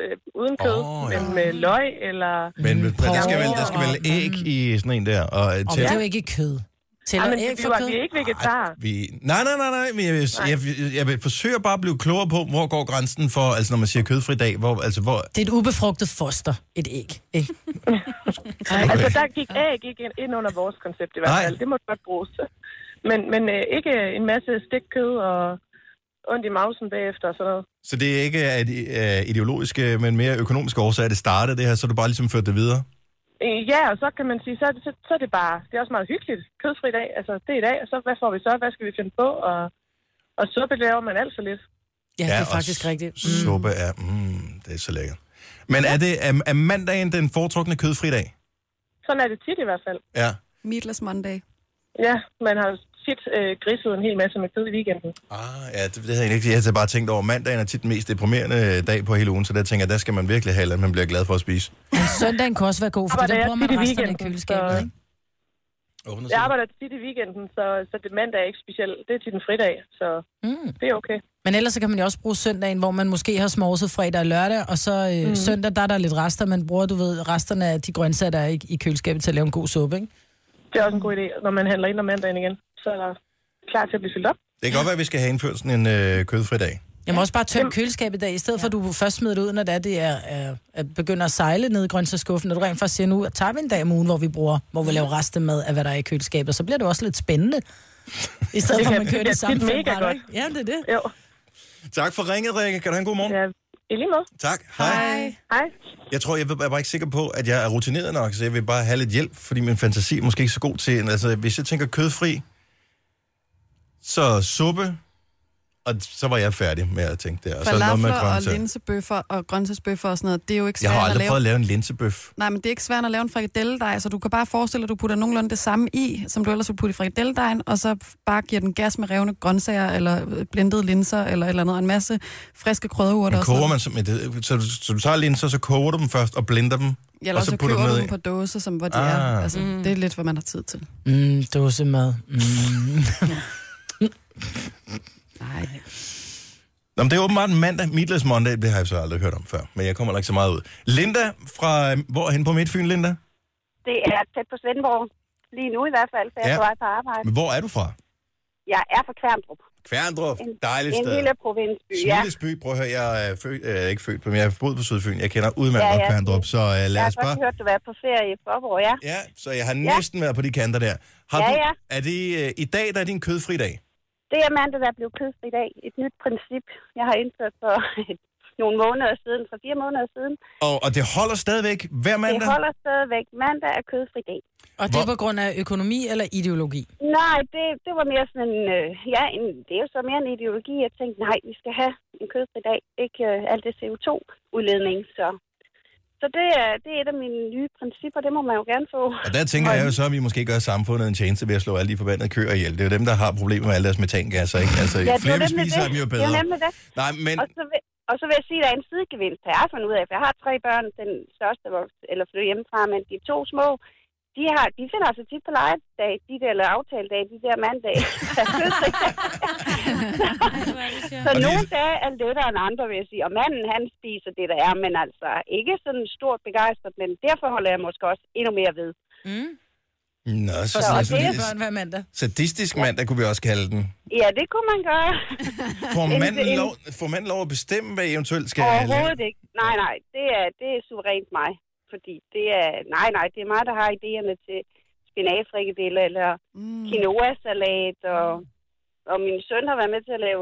S7: øh, uden kød,
S1: Åh,
S7: oh,
S1: ja.
S7: ja. men med løg eller...
S1: Men mm, der, skal vel, der skal
S2: Porre
S1: vel
S2: og-
S1: æg i sådan en der. Og øh,
S2: Og
S1: til,
S2: det er jo ikke kød. Tæller
S7: Ej,
S2: ja,
S7: men
S2: æg
S7: vi,
S2: for
S7: var,
S2: kød?
S7: vi er ikke vegetarer.
S1: vi, nej, nej, nej, nej, men jeg, vil- jeg, jeg, jeg vil forsøge bare at blive klogere på, hvor går grænsen for, altså når man siger kødfri dag, hvor, altså hvor,
S2: Det er et ubefrugtet foster, et æg. Ikke?
S7: Altså, der gik æg ikke ind- ind under vores koncept i hvert
S1: Nej.
S7: fald. Det måtte godt bruges. Men, men øh, ikke en masse stikkød og ondt i mausen bagefter og sådan noget.
S1: så det er ikke at, øh, ideologiske, men mere økonomiske årsager, det startede det her, så har du bare ligesom ført det videre.
S7: Øh, Ja, og så kan man sige, så, er det- så, så er det bare, det er også meget hyggeligt. Kødfri dag, altså det er i dag, og så hvad får vi så, hvad skal vi finde på, og, og suppe laver man alt for lidt.
S2: Ja, det er
S1: og
S2: faktisk
S1: s-
S2: rigtigt. Mm.
S1: Suppe er, mm, det er så lækkert. Men er, det, er, er mandagen den foretrukne kødfri dag?
S7: Sådan er det tit i hvert fald.
S1: Ja.
S4: Meatless Monday.
S7: Ja, man har tit øh, griset en hel masse med kød i weekenden.
S1: Ah, ja, det, det havde jeg egentlig ikke. Jeg havde bare tænkt over, mandagen er tit den mest deprimerende dag på hele ugen, så der tænker jeg, der skal man virkelig have, at man bliver glad for at spise.
S2: Men søndagen kan også være god, for
S7: Arbejder
S2: den
S7: jeg
S2: bruger man
S7: tit i
S2: resten af
S7: weekenden,
S2: køleskabet,
S7: så-
S2: ikke?
S1: Åbner
S7: Jeg arbejder tit i weekenden, så, så det mandag er ikke specielt. Det er tit en fridag, så
S2: Mm.
S7: det er okay.
S2: Men ellers så kan man jo også bruge søndagen, hvor man måske har smorset fredag og lørdag, og så øh, mm. søndag, der er der lidt rester, man bruger, du ved, resterne af de grøntsager, der er i, i køleskabet til at lave en god suppe, ikke?
S7: Det er også en god idé, når man handler ind om mandagen igen. Så er der klar til at blive fyldt op.
S1: Det kan godt være, at vi skal have indført sådan en øh, kødfri dag.
S2: Jeg må også bare tømme køleskabet i dag, i stedet for at du først smider det ud, når det er, det er, er, er begynder at sejle ned i grøntsagsskuffen, når du rent faktisk siger, nu tager vi en dag om ugen, hvor vi bruger, hvor vi laver restemad af, hvad der er i køleskabet, så bliver det også lidt spændende. I stedet
S7: Det
S2: for, at
S7: kan-
S2: man
S7: det
S2: kører
S7: bliver
S2: det samme
S7: tit
S2: fem
S7: mega
S2: retter,
S7: godt.
S2: ikke? Ja, det er det.
S7: Jo,
S1: Tak for ringet, Rikke. Kan du have en god morgen?
S7: ja, i lige måde.
S1: Tak. Hej.
S7: Hej.
S1: Jeg tror, jeg er bare ikke sikker på, at jeg er rutineret nok, så jeg vil bare have lidt hjælp, fordi min fantasi er måske ikke så god til... Altså, hvis jeg tænker kødfri, så suppe, og så var jeg færdig med at tænke der. Og så noget med
S4: Falafler og
S1: grøntsager.
S4: linsebøffer og grøntsagsbøffer og sådan noget, det er jo ikke
S1: Jeg har
S4: svært at
S1: aldrig
S4: lave.
S1: prøvet at lave en linsebøf.
S4: Nej, men det er ikke svært at lave en frikadelledej, så du kan bare forestille dig, at du putter nogenlunde det samme i, som du ellers ville putte i frikadelledejen, og så bare giver den gas med revne grøntsager, eller blendede linser, eller et eller andet, og en masse friske krydderurter.
S1: Men
S4: og sådan
S1: koger
S4: noget.
S1: man så, med det, så, du- så du tager linser, så koger du dem først og blender dem,
S4: Ja, Eller
S1: og
S4: også
S1: så
S4: så
S1: putter du
S4: køber du
S1: noget i.
S4: dem på dåse, som hvor de er.
S1: Ah.
S4: Altså, mm. Det er lidt, hvad man har tid til.
S2: Mm, dåsemad. Mm.
S4: Nej.
S1: Nå, men det er åbenbart en mandag. Meatless Monday, det har jeg så aldrig hørt om før. Men jeg kommer heller ikke så meget ud. Linda fra... Hvor hen på Midtfyn, Linda?
S10: Det er tæt på Svendborg. Lige nu i hvert fald, for jeg
S1: Ja.
S10: er på vej på arbejde.
S1: Men hvor er du fra?
S10: Jeg er fra Kværndrup.
S1: Kværndrup.
S10: En-
S1: Dejligt
S10: En
S1: sted.
S10: lille provinsby, ja.
S1: Smilesby. Prøv at høre, jeg er født, øh, ikke født på, men jeg har boet på Sydfyn. Jeg kender udmærket
S10: Ja,
S1: ja,
S10: ja.
S1: Kværndrup, så øh,
S10: Jeg
S1: lad
S10: har
S1: os bare...
S10: godt hørt, du var på ferie i Forborg, ja.
S1: Ja, så jeg har næsten været på de kanter der. Har
S10: Ja,
S1: du,
S10: ja.
S1: Er det øh, i dag, der er din kødfri dag?
S10: Det er mandag, der blev kødfri i dag. Et nyt princip, jeg har indført for nogle måneder siden, for fire måneder siden.
S1: Og, og det holder stadigvæk hver mandag?
S10: Det holder stadigvæk. Mandag er kødfri dag.
S2: Og det er på grund af økonomi eller ideologi?
S10: Nej, det, det var mere sådan en, øh, ja, en, det er jo så mere en ideologi. Jeg tænkte, nej, vi skal have en kødfri dag. Ikke øh, alt det CO2-udledning, så... Så det er, det er et af mine nye principper. Det må man jo gerne få.
S1: Og der tænker jeg jo så, at vi måske gør samfundet en tjeneste ved at slå alle de forbandede køer ihjel. Det er jo dem, der har problemer med alle deres metangasser, ikke? Altså, ja,
S10: det er
S1: flere vi
S10: nemlig
S1: spiser
S10: det.
S1: dem, jo
S10: Det er
S1: bedre.
S10: jo nemlig det.
S1: Nej, men
S10: Og så, vil, og så vil jeg sige, at der er en sidegevinst, har jeg fundet ud af. For jeg har tre børn, den største var, eller flyttede hjemmefra, men de to små, de, har, de finder altså tit på legedag, de der, eller aftaledage, de der mandag. så
S1: Og det-
S10: nogle dage er lettere end andre, vil jeg sige. Og manden, han spiser det, der er, men altså ikke sådan stort begejstret, men derfor holder jeg måske også endnu mere ved.
S1: Nå, så,
S2: Og
S1: så,
S2: så
S1: så,
S2: det er
S1: så
S2: børn hver mandag.
S1: sadistisk mandag kunne vi også kalde den.
S10: Ja, det kunne man gøre.
S1: Får
S10: En-
S1: manden
S10: en-
S1: lov, får manden lov at bestemme, hvad I eventuelt skal
S10: Overhovedet ikke. Nej, nej, det er, det er suverænt mig. Fordi det er, nej, nej, det er mig, der har idéerne til spinatfrikadeller eller mm. quinoa-salat. Og, og min søn har været med til at lave,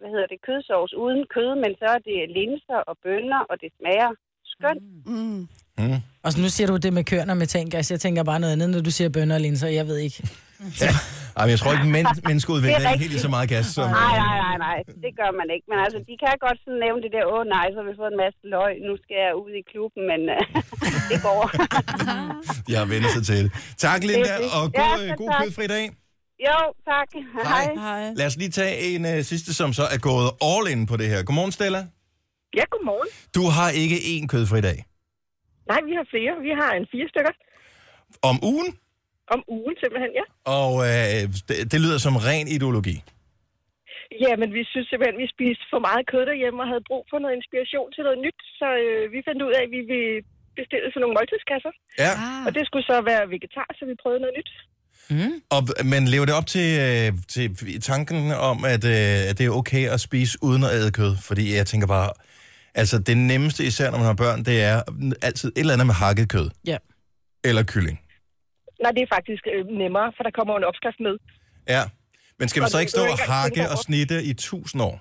S10: hvad hedder det, kødsovs uden kød, men så er det linser og bønner, og det smager skønt. Mm.
S4: Mm.
S2: Og så nu siger du det med køerne og metangas. Jeg tænker bare noget andet, når du siger bønner og linser. Jeg ved ikke.
S1: Ja. Ej, men jeg tror ikke, men, mennesker udvikler
S10: Det er
S1: ikke helt lige så meget gas. Som,
S10: Nej, nej, nej, nej, det gør man ikke. Men altså, de kan godt sådan nævne det der, åh nej, så har vi fået en masse løg, nu skal jeg ud i klubben, men øh, det går.
S1: øh, Jeg har vendt sig til det. Tak,
S10: Det er
S1: Linda,
S10: det.
S1: og
S10: Ja,
S1: god, øh,
S10: selv
S1: god
S10: tak.
S1: kødfri dag.
S10: jo, tak. Hej.
S2: Hej.
S1: Lad os lige tage en øh, sidste, som så er gået all in på det her. Godmorgen, Stella.
S7: Ja, godmorgen.
S1: Du har ikke én kødfri dag.
S7: Nej, vi har flere. Vi har en fire stykker.
S1: Om ugen?
S11: Om ugen simpelthen, ja.
S1: Og øh, det, det lyder som ren ideologi.
S11: Ja, men vi synes simpelthen, vi spiste for meget kød derhjemme og havde brug for noget inspiration til noget nyt, så øh, vi fandt ud af, at vi ville bestille sådan nogle måltidskasser.
S1: Ja.
S2: Ah.
S11: Og det skulle så være vegetar, så vi prøvede noget nyt.
S1: Mm. Og, men lever det op til, øh, til tanken om, at, øh, at det er okay at spise uden at æde kød? Fordi jeg tænker bare, altså det nemmeste, især når man har børn, det er altid et eller andet med hakket kød.
S2: Ja.
S1: Eller kylling.
S11: Nej, det er faktisk øh, nemmere, for der kommer jo en opskrift med.
S1: Ja. Men skal man
S11: Og
S1: så
S11: det
S1: ikke
S11: behøver
S1: stå og
S11: ikke engang tænke
S1: hakke og
S11: over.
S1: snitte i tusind år?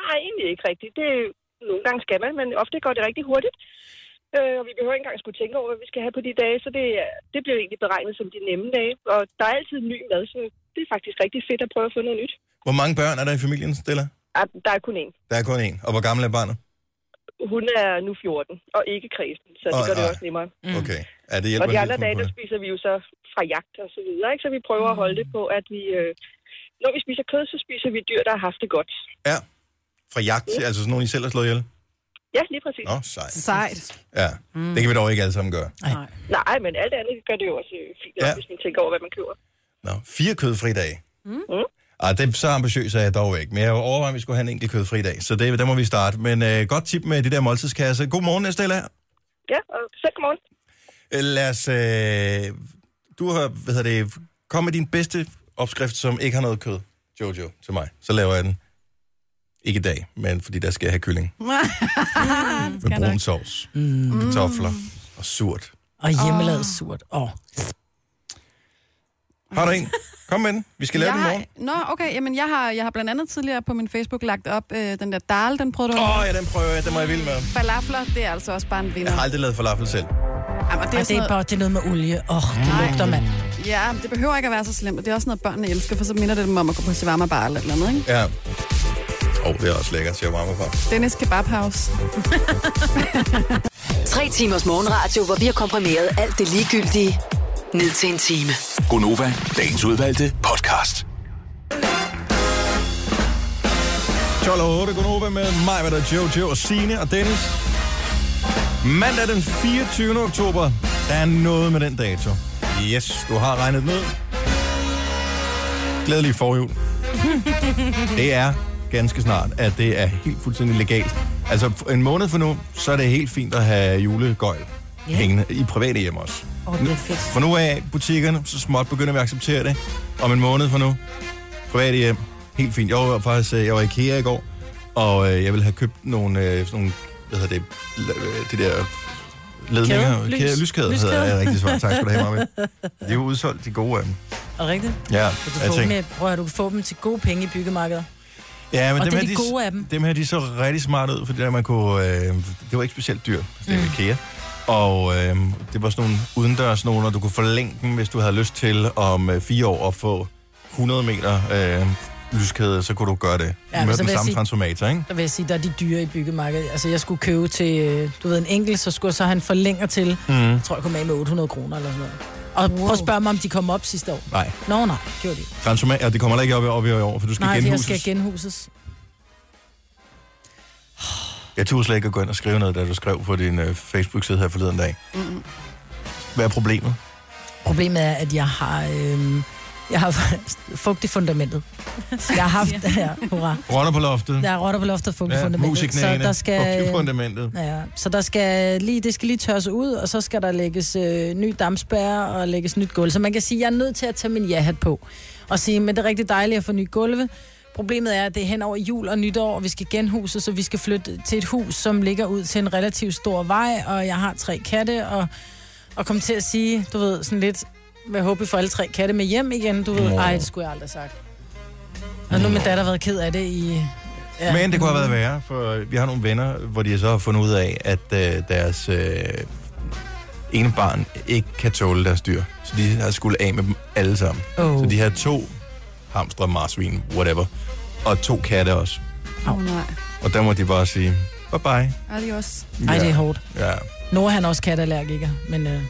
S11: Nej, egentlig ikke rigtigt. Det, nogle gange skal man, men ofte går det rigtig hurtigt. Øh, og vi behøver ikke engang skulle tænke over, hvad vi skal have på de dage, så det, er- det blev egentlig beregnet som de nemme dage. Og der er altid ny mad, så det er faktisk rigtig fedt at prøve at få noget nyt.
S1: Hvor mange børn er der i familien, Stella?
S11: Ah, Der er kun én.
S1: Der er kun én. Og hvor gammel er barnet?
S11: Hun er nu 14, og ikke kredsen, så det
S1: Åh,
S11: gør det
S1: nej.
S11: også nemmere.
S1: Okay. Ja, det
S11: Mm. og
S1: hjælper
S11: de
S1: en
S11: andre
S1: lille
S11: dage, der
S1: smule på
S11: spiser vi jo så fra jagt og så videre, ikke? Så vi prøver at holde det på, at vi... Øh, når vi spiser kød, så spiser vi dyr, der har haft det godt.
S1: det. Ja. Fra jagt, altså sådan nogen, I selv har slået ihjel?
S11: Ja, lige præcis.
S1: Nå, sejt.
S4: Sejt.
S1: Ja, det kan vi dog ikke alle sammen gøre.
S2: Nej.
S11: Nej, men alt andet gør det jo også øh, fint,
S1: Ja.
S11: ja. hvis man tænker over, hvad man køber.
S1: Nå, fire kødfri dage.
S11: Mm.
S1: Ah, det, så ambitiøs er jeg dog ikke, men jeg overvejer, om vi skulle have en enkelt kødfri dag, så det, der må vi starte. Men øh, godt tip med de der måltidskasser. God morgen, Stella.
S11: Ja, og selv godmorgen.
S1: Øh, Lad os... Øh, du har, hvad hedder det, kom med din bedste opskrift, som ikke har noget kød, Jojo, til mig. Så laver jeg den. Ikke i dag, men fordi der skal jeg have kylling.
S4: Det
S1: Med
S4: skal nok.
S1: brun sovs, mm. kartofler og surt.
S2: Og hjemmelavet oh. surt. Åh.
S1: Har du en? Kom med den. Vi skal lave
S4: jeg
S1: den i morgen.
S4: Har, nå, okay. Jamen, jeg har, jeg har blandt andet tidligere på min Facebook lagt op øh, den der dal, den prøvede du.
S1: Åh, oh, ja, den prøver jeg. Den må jeg vild med.
S4: Falafler, det er altså også bare en vinder.
S1: Jeg har aldrig lavet falafel selv.
S4: Jamen,
S2: Det er, og det er bare det er noget med olie. Åh, oh, det
S4: Nej.
S2: lugter, mand.
S4: noget, Ja, men det behøver ikke at være så slemt, og det er også noget, børnene elsker, for så minder det dem om at gå på shawarma bar eller et eller andet, ikke?
S1: Ja. Åh, oh, det er også lækkert, siger varme for.
S4: Dennis Kebab House.
S6: Tre timers morgenradio, hvor vi har komprimeret alt det ligegyldige ned til en time.
S5: Gonova, dagens udvalgte podcast.
S1: 12 og 8, Gunova med mig, hvad der er Jojo og Signe og Dennis. Mandag den 24. oktober. Der er noget med den dato. Yes, du har regnet den ud. Glædelig forhjul. Det er ganske snart, at det er helt fuldstændig legalt. Altså f- en måned for nu, så er det helt fint at have julegøjl
S2: Ja.
S1: hængende i private hjem også.
S2: Åh, det er fedt.
S1: For nu af butikkerne, så småt begynder vi at acceptere det. Om en måned fra nu, private hjem, helt fint. Jeg var faktisk øh, jeg var i IKEA i går, og øh, jeg ville have købt nogle, øh, sådan nogle hvad hedder det, la- øh, de der ledninger.
S2: Kæder? Lys?
S1: Kæder, lyskæder, lyskæder. hedder
S2: Lyskæder?
S1: jeg rigtig svar. Tak skal du have, Marvind. De er jo udsolgt, de gode af dem.
S2: Er det rigtigt?
S1: Ja,
S2: Du kan,
S1: jeg
S2: få dem,
S1: tænker-
S2: med, prøv, at- du kan få dem til gode penge i byggemarkeder.
S1: Ja, men
S2: Og
S1: dem
S2: det er
S1: her,
S2: de gode af dem.
S1: Dem her, de så rigtig smart ud, fordi der man kunne, øh, det var ikke specielt dyrt, det
S2: Mm.
S1: var IKEA. Og øh, det var sådan nogle udendørs nogle, og du kunne forlænge dem, hvis du havde lyst til om øh, fire år at få 100 meter øh, lyskæde, så kunne du gøre det
S2: Ja,
S1: ja,
S2: men
S1: med
S2: så
S1: den
S2: vil
S1: samme
S2: jeg
S1: sige...
S2: sige-
S1: transformator, ikke?
S2: Der vil jeg sige, der er de dyre i byggemarkedet. Altså, jeg skulle købe til, øh, du ved, en enkelt, så skulle jeg så han forlænger til,
S1: Mhm.
S2: mm. jeg tror, jeg kom af med 800 kroner eller sådan noget. Og wow. prøv at spørge mig, om de kom op sidste år.
S1: Nej,
S2: Nå, nej, gjorde de. ikke.
S1: transformator, og det kommer heller ikke op, i- op i år, for du skal
S2: Nej, for jeg
S1: genhuses.
S2: skal
S1: Jeg,
S2: genhuses.
S1: jeg turde slet ikke at gå ind og skrive noget, da du skrev på din øh, Facebook-side her forleden dag.
S2: Mm.
S1: Hvad er problemet?
S2: Problemet er, at jeg har, øh, jeg har fugt i fundamentet. Jeg har haft, ja, hurra.
S1: Rotter på loftet.
S2: Der er rotter på loftet og fugt i
S1: Ja,
S2: fundamentet. Så
S1: musiknagene,
S2: der
S1: fugt
S2: skal,
S1: i fundamentet.
S2: Ja, så der skal lige, det skal lige tørres ud, og så skal der lægges øh, ny dampspærre og lægges nyt gulv. Så man kan sige, at jeg er nødt til at tage min ja-hat på og sige, men det er rigtig dejligt at få nyt gulve. Problemet er, at det er hen over jul og nytår, og vi skal genhuse, så vi skal flytte til et hus, som ligger ud til en relativt stor vej, og jeg har tre katte, og, og kom til at sige, du ved, sådan lidt, jeg håber, vi får alle tre katte med hjem igen, du ved,
S1: Nå.
S2: ej, det skulle jeg aldrig have sagt. Og nu har min datter været ked af det i...
S1: Ja. Men det kunne have været værre, for vi har nogle venner, hvor de så har fundet ud af, at øh, deres øh, ene barn ikke kan tåle deres dyr. Så de har skulle af med dem alle sammen.
S2: Oh.
S1: Så de har to hamstre, marsvin, whatever, og to katte også.
S4: Åh, oh, nej.
S1: Og der må de bare sige, bye-bye.
S4: Adios.
S2: Ej, det er hårdt.
S1: Ja.
S2: Nora, han er også katteallergiker, men øh,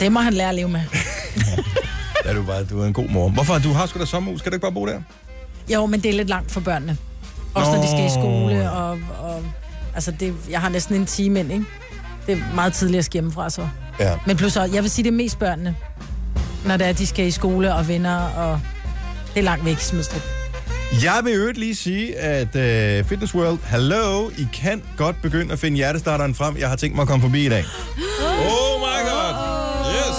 S2: det må han lære at leve med.
S1: Der er du bare, du er en god mor. Hvorfor? Du har sgu da sommerhus. Skal du ikke bare bo der?
S2: Jo, men det er lidt langt for børnene. Også når de skal i
S1: Nå.
S2: skole, og, og altså det, jeg har næsten en time ind, ikke? Det er meget tidligt at ske hjemmefra, så.
S1: Ja.
S2: Men plus, også, jeg vil sige, det er mest børnene. når det er, de skal i skole og venner, og det er langt væk, Smidstrup.
S1: Jeg vil i øvrigt lige sige, at øh, Fitness World, hello, I kan godt begynde at finde hjertestarteren frem. Jeg har tænkt mig at komme forbi i dag. Oh my god! Yes!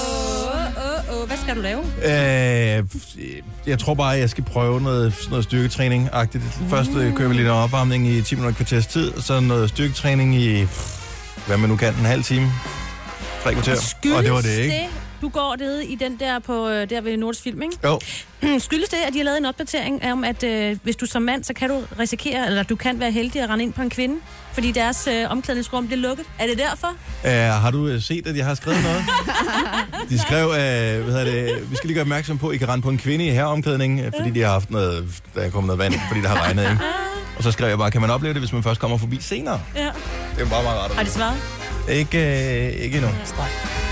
S3: Åh, åh, Hvad skal du lave?
S1: Øh, jeg tror bare, jeg skal prøve noget, sådan noget styrketræning-agtigt. Først øh, kører vi lidt opvarmning i 10 minutter kvarters tid, og så noget styrketræning i, hvad man nu kan, en halv time, tre kvarter.
S3: Skyldes
S1: og det var det, ikke?
S3: det, du går nede i den der på øh, der ved Nordisk Film, ikke?
S1: Jo.
S3: Hmm, Skyldes det, at de har lavet en opdatering om, at øh, hvis du som mand, så kan du risikere, eller du kan være heldig at rende ind på en kvinde, fordi deres øh, omklædningsrum bliver lukket. Er det derfor?
S1: Uh, har du øh, set, at jeg har skrevet noget? De skrev, uh, hvad hedder det, vi skal lige gøre opmærksom på, at I kan rende på en kvinde i herreomklædning, øh, fordi de har haft noget, der er kommet noget vand, fordi det har regnet. Ikke? Og så skrev jeg bare, kan man opleve det, hvis man først kommer forbi senere?
S3: Ja.
S1: Det er bare meget rart. at
S3: Har de
S1: vide.
S3: svaret?
S1: Ikke, uh, ikke endnu.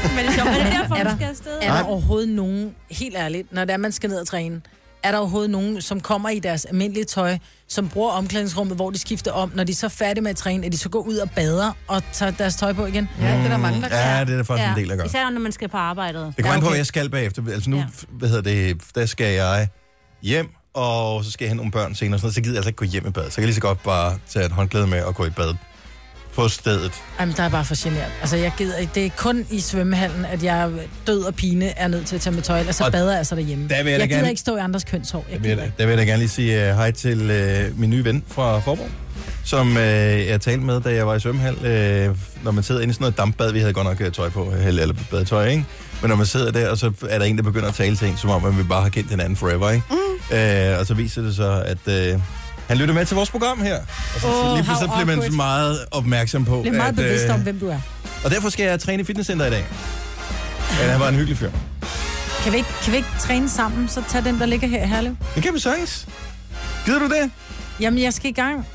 S3: Men det er sjovt. Er det derfor,
S2: Er
S3: du
S2: der-
S3: skal afsted?
S2: Er der overhovedet nogen, helt ærligt, når det er, man skal ned og træne, er der overhovedet nogen, som kommer i deres almindelige tøj, som bruger omklædningsrummet, hvor de skifter om, når de så er færdige med at træne, at de så går ud og bader og tager deres tøj på igen?
S1: Ja, det er der mange, der Mm, gør. ja, det er der faktisk en del, der gør.
S3: Især når man skal på arbejdet.
S1: Det kommer ja, okay. an på, hvad jeg skal bagefter. Altså nu, ja. hvad hedder det, der skal jeg hjem, og så skal jeg hente nogle børn senere, og sådan noget. så gider jeg altså ikke gå hjem i bad. Så kan jeg lige så godt bare tage et håndklæde med og gå i bad på stedet.
S2: Jamen, der er bare for genert. Altså, jeg gider ikke. Det er kun i svømmehallen, at jeg død og pine er nødt til at tage med tøj, og så
S1: Og
S2: bader jeg så derhjemme.
S1: der vil jeg da
S2: jeg gider
S1: gerne-
S2: ikke stå i andres kønshår. Jeg
S1: Der vil jeg
S2: gider
S1: da,
S2: ikke.
S1: der vil jeg da gerne lige sige uh, hej til uh, min nye ven fra Forborg, som uh, jeg talte med, da jeg var i svømmehal. Uh, når man sidder inde i sådan noget dampbad, vi havde godt nok øh, tøj på, øh, eller, eller badetøj, ikke? Men når man sidder der, og så er der en, der begynder at tale til en, som om, at vi bare har kendt hinanden forever, ikke? Mm. Uh, og så viser det sig, at uh, han lytter med til vores program her. Og så
S2: Åh,
S1: oh, lige pludselig
S2: how
S1: bliver man
S2: awkward.
S1: meget opmærksom på,
S2: Bliv meget bevidst om,
S1: øh,
S2: hvem du er.
S1: Og derfor skal jeg træne i fitnesscenter i dag. Men han var en hyggelig fyr.
S2: Kan vi, ikke, kan vi ikke træne sammen? Så tag den, der ligger her i Herlev.
S1: Det kan vi sagtens. Gider du det?
S2: Jamen, jeg skal i gang.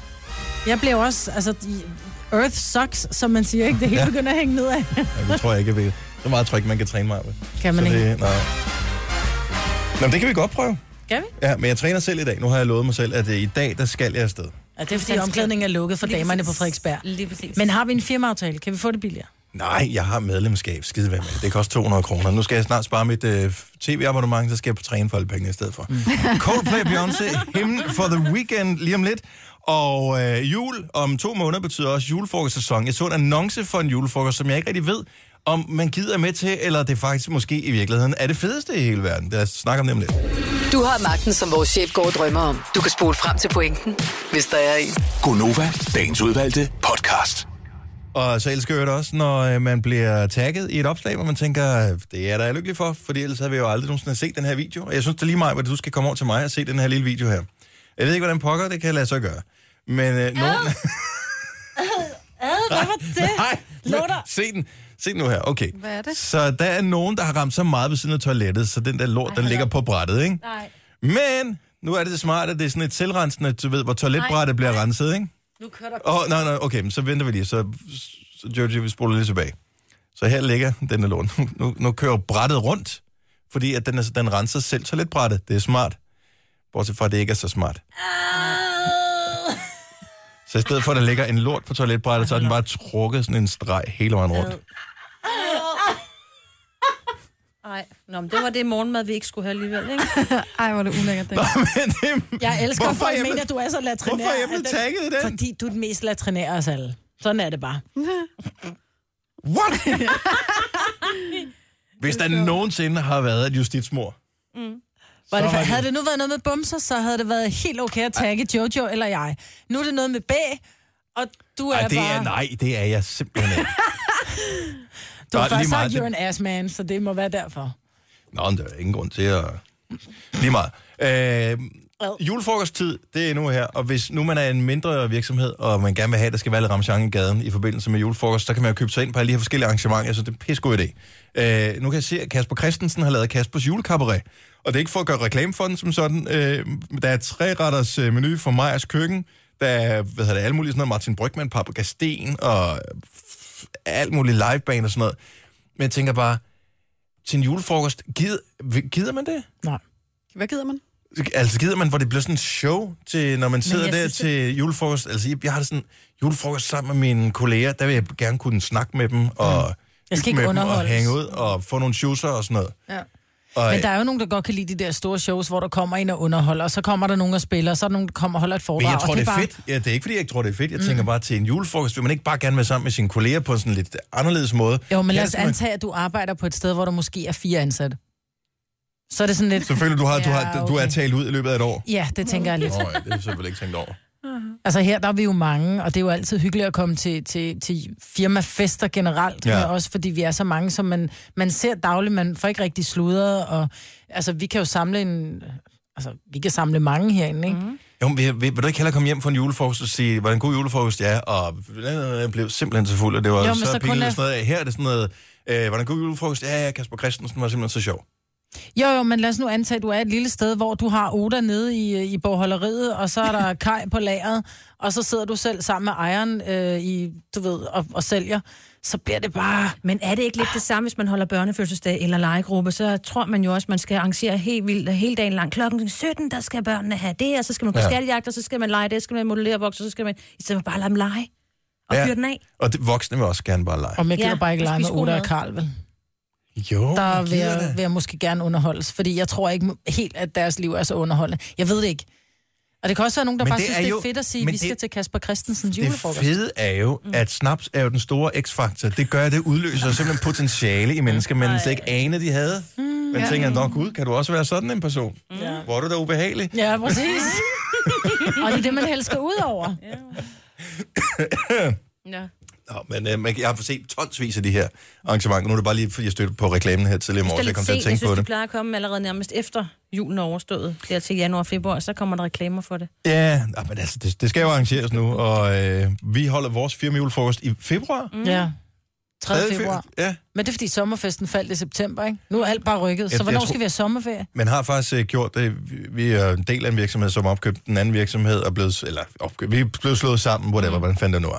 S2: Jeg blev også... Altså, de- Earth sucks, som man siger, ikke? Det hele
S1: Ja.
S2: ja. begynder at hænge nedad.
S1: Ja, det tror jeg ikke, jeg ved. Så meget tror jeg ikke, man kan træne mig. ved.
S2: Kan man
S1: så
S2: ikke?
S1: Det, nej. Nå, men det kan vi godt prøve.
S2: Kan vi?
S1: Ja, men jeg træner selv i dag. Nu har jeg lovet mig selv, at øh, i dag, der skal jeg afsted.
S2: Ja, det er fordi omklædningen er lukket for
S3: Lige
S2: damerne
S3: præcis.
S2: på Frederiksberg.
S3: Lige præcis.
S2: Men har vi en firmaaftale? Kan vi få det billigere?
S1: Nej, jeg har medlemskab. Skide hvad med det. Det koster 200 kroner. Nu skal jeg snart spare mit øh, tv-abonnement, så skal jeg på træne for alle pengene i stedet for. Mm. Coldplay Beyoncé, him for the weekend lige om lidt. Og øh, jul om to måneder betyder også julefrokostsæson. Jeg så en annonce for en julefrokost, som jeg ikke rigtig ved, om man gider med til, eller det faktisk måske i virkeligheden er det fedeste i hele verden. Lad os snakke om det om lidt.
S6: Du har magten, som vores chef går og drømmer om. Du kan spole frem til pointen, hvis der er en.
S5: Gonova, dagens udvalgte podcast.
S1: Og så elsker jeg det også, når øh, man bliver tagget i et opslag, hvor man tænker, øh, det er jeg da lykkelig for, fordi ellers havde vi jo aldrig nogensinde set den her video. Og jeg synes det er lige meget, at du skal komme over til mig og se den her lille video her. Jeg ved ikke, hvordan pokker det kan lade sig gøre. Men øh, nogen...
S2: Ad, hvad var det?
S1: Nej,
S2: Lå
S1: men-
S2: der.
S1: se den. Se den nu her, okay.
S2: Hvad er det?
S1: Så der er nogen, der har ramt så meget ved siden af toilettet, så den der lort, den ligger på brættet, ikke?
S3: Nej.
S1: Men nu er det det smarte, at det er sådan et selvrensende, du ved, hvor toiletbrættet bliver renset, ikke?
S2: Nu kører der...
S1: Åh, oh, nej, nej, okay, men så venter vi lige. Så, så Jojo, vi spoler lige tilbage. Så her ligger den der lån. Nu, nu kører brættet rundt, fordi at den, er, den renser selv toiletbrættet. Det er smart. Bortset fra, at det ikke er så smart. Så i stedet for, at der ligger en lort på toiletbrættet, så er den bare trukket sådan en streg hele vejen rundt.
S3: Nej. Nå, men det var det morgenmad, vi ikke skulle have alligevel, ikke?
S4: Ej, hvor er det ulækkert. Det.
S2: Jeg elsker,
S4: Hvorfor
S2: hvorfor
S4: er jeg
S2: jeg mener,
S4: blevet-
S2: at du er så latrinær.
S4: Hvorfor er jeg blevet
S2: at
S4: tagget i den?
S2: Fordi du er den mest latrinære af os alle. Sådan er det bare.
S1: What? Hvis der nogensinde har været et justitsmor.
S2: Mm. Var det,
S1: Så var det-
S2: havde det nu været noget med bumser, så havde det været helt okay at tagge Jojo eller jeg. Nu er det noget med B, og du er
S1: Ej, det
S2: bare...
S1: er, nej, det er jeg simpelthen ikke. Nå,
S2: Du har
S1: lige
S2: først
S1: meget
S2: sagt,
S1: det-
S2: you're an ass man, så det må være derfor.
S1: Nå, men der er ingen grund til at... Lige meget. Øh, julefrokosttid, det er nu her, og hvis nu man er en mindre virksomhed, og man gerne vil have, at der skal være lidt ramchang i gaden i forbindelse med julefrokost, så kan man jo købe sig ind på alle de her forskellige arrangementer, så det er en pissegod idé. Øh, nu kan jeg se, at Kasper Christensen har lavet Kaspers julekabaret, og det er ikke for at gøre reklame for den som sådan. Øh, der er tre retters øh, menu for Majers Køkken, der er, hvad hedder det, alt muligt sådan noget, Martin Brygman, Paprika Sten, og f- alt muligt liveband og sådan noget. Men jeg tænker bare, til en julefrokost, gider, gider man det?
S2: Nej.
S4: Hvad gider man?
S1: Altså gider man, hvor det bliver sådan en show, til, når man sidder
S4: jeg
S1: der
S4: synes,
S1: til julefrokost? Altså jeg, jeg har det sådan, julefrokost sammen med mine kolleger, der vil jeg gerne kunne snakke med dem, og
S2: Mm. Jeg skal
S1: hygge
S2: ikke
S1: med dem, og
S2: underholdes.
S1: hænge ud, og få nogle shoeser og sådan noget.
S2: Ja.
S1: Og-
S2: Og, men der er jo nogen, der godt kan lide de der store shows, hvor der kommer ind og underholder, og så kommer der nogen og spiller, og så er der nogen, der kommer og holder et foredrag.
S1: Men jeg tror,
S2: og
S1: det er
S2: bare- Mm.
S1: fedt. Ja, det er ikke, fordi jeg ikke tror, det er fedt. Jeg tænker bare til en julefrokost, vil man ikke bare gerne være sammen med sine kolleger på sådan en lidt anderledes måde?
S2: Jo, men
S1: Her
S2: lad
S1: er
S2: os
S1: sådan, man-
S2: antage, at du arbejder på et sted, hvor der måske er fire ansatte. Så er det sådan lidt...
S1: Selvfølgelig, du, har, du, har,
S2: Ja,
S1: du er
S2: okay.
S1: talt ud i løbet af et år.
S2: Ja, det tænker jeg lidt.
S1: Nå, ja, det har jeg selvfølgelig ikke tænkt over.
S2: Altså her, der er vi jo mange, og det er jo altid hyggeligt at komme til, til, til firmafester generelt,
S1: Ja.
S2: ja. men også fordi vi er så mange, som man, man ser dagligt, man får ikke rigtig sludret, og altså vi kan jo samle en... Altså, vi kan samle mange herinde, ikke? Mm.
S1: Jo, men vil, vil, vil, du ikke hellere komme hjem fra en julefrokost og sige, hvor en god julefrokost ja, og jeg blev simpelthen så fuld, og det var
S2: Jo,
S1: jo,
S2: men
S1: så,
S2: så
S1: så
S2: kun
S1: pinligt
S2: er-
S1: og sådan noget. Her er det sådan noget, øh, var en god julefrokost? Ja, ja, Kasper Christensen var simpelthen så sjov.
S2: Jo, jo, men lad os nu antage, at du er et lille sted, hvor du har Oda nede i, i bogholderiet, og så er der Kai på lageret, og så sidder du selv sammen med ejeren øh, i, du ved, og, og sælger. Så bliver det bare...
S3: Men er det ikke lidt det samme, hvis man holder børnefødselsdag eller legegruppe? Så tror man jo også, man skal arrangere helt vildt hele dagen lang. Klokken 17, der skal børnene have det, og så skal man på
S1: Ja.
S3: ja. skattejagt, og så skal man lege det, så skal man modellere vokser, så skal man... I stedet for bare at lade dem lege og
S1: Ja.
S3: ja. fyre den af.
S1: Og det, voksne vil også gerne bare lege.
S2: Om jeg gider
S3: Ja,
S2: ja, bare ikke
S3: og
S2: lege med
S3: spise god
S2: Oda og
S3: mad.
S2: Karl, vel?
S1: Jo,
S2: der
S1: jeg
S2: vil
S1: gider
S2: jeg,
S1: det.
S2: vil jeg måske gerne underholdes, fordi jeg tror ikke helt, at deres liv er så underholdende. Jeg ved det ikke. Og det kan også være nogen, der
S1: Men
S2: men bare
S1: det
S2: synes,
S1: er
S2: det er
S1: jo-
S2: fedt at sige,
S1: men
S2: vi skal
S1: det-
S2: til Kasper Christensens
S1: Det
S2: julefrokost. Mm.
S1: fede er jo, at snaps er jo den store x-faktor. Det gør, at det udløser simpelthen potentiale i mennesker, man slet ikke anede, de havde. Man
S2: Mm. Ja.
S1: tænker, nok gud, kan du også være sådan en person? Hvor er du da ubehagelig?
S2: Ja, præcis. og det er det, man helst skal ud over.
S3: Ja.
S1: Nå, men øh, man- jeg har set tonsvis af de her arrangementer. Nu er det bare lige, fordi jeg stødte på reklamen her tidligere i
S3: Det er
S1: morges, jeg
S3: lidt
S1: kom til at
S3: sent. Jeg
S1: tænke på
S3: synes, du
S1: det.
S3: plejer at komme allerede nærmest efter julen er overstået. Der til januar og februar, så kommer der reklamer for det.
S1: Ja, nå, men altså, det, det skal jo arrangeres nu, og øh, vi holder vores firmajulefrokost i februar.
S2: Mm. Ja. 3.
S1: Tredje fe-
S2: februar.
S1: Ja,
S2: Men det er, fordi sommerfesten faldt i september, ikke? Nu er alt bare rykket.
S1: Jeg-
S2: Så
S1: jeg
S2: hvornår
S1: tror-
S2: skal vi have sommerferie?
S1: Man har faktisk øh, gjort det. Vi- Vi er en del af en virksomhed, som opkøbte en anden virksomhed, og blevet, s- eller opkøbt, vi er blevet slået sammen, whatever, mm. hvordan fanden det nu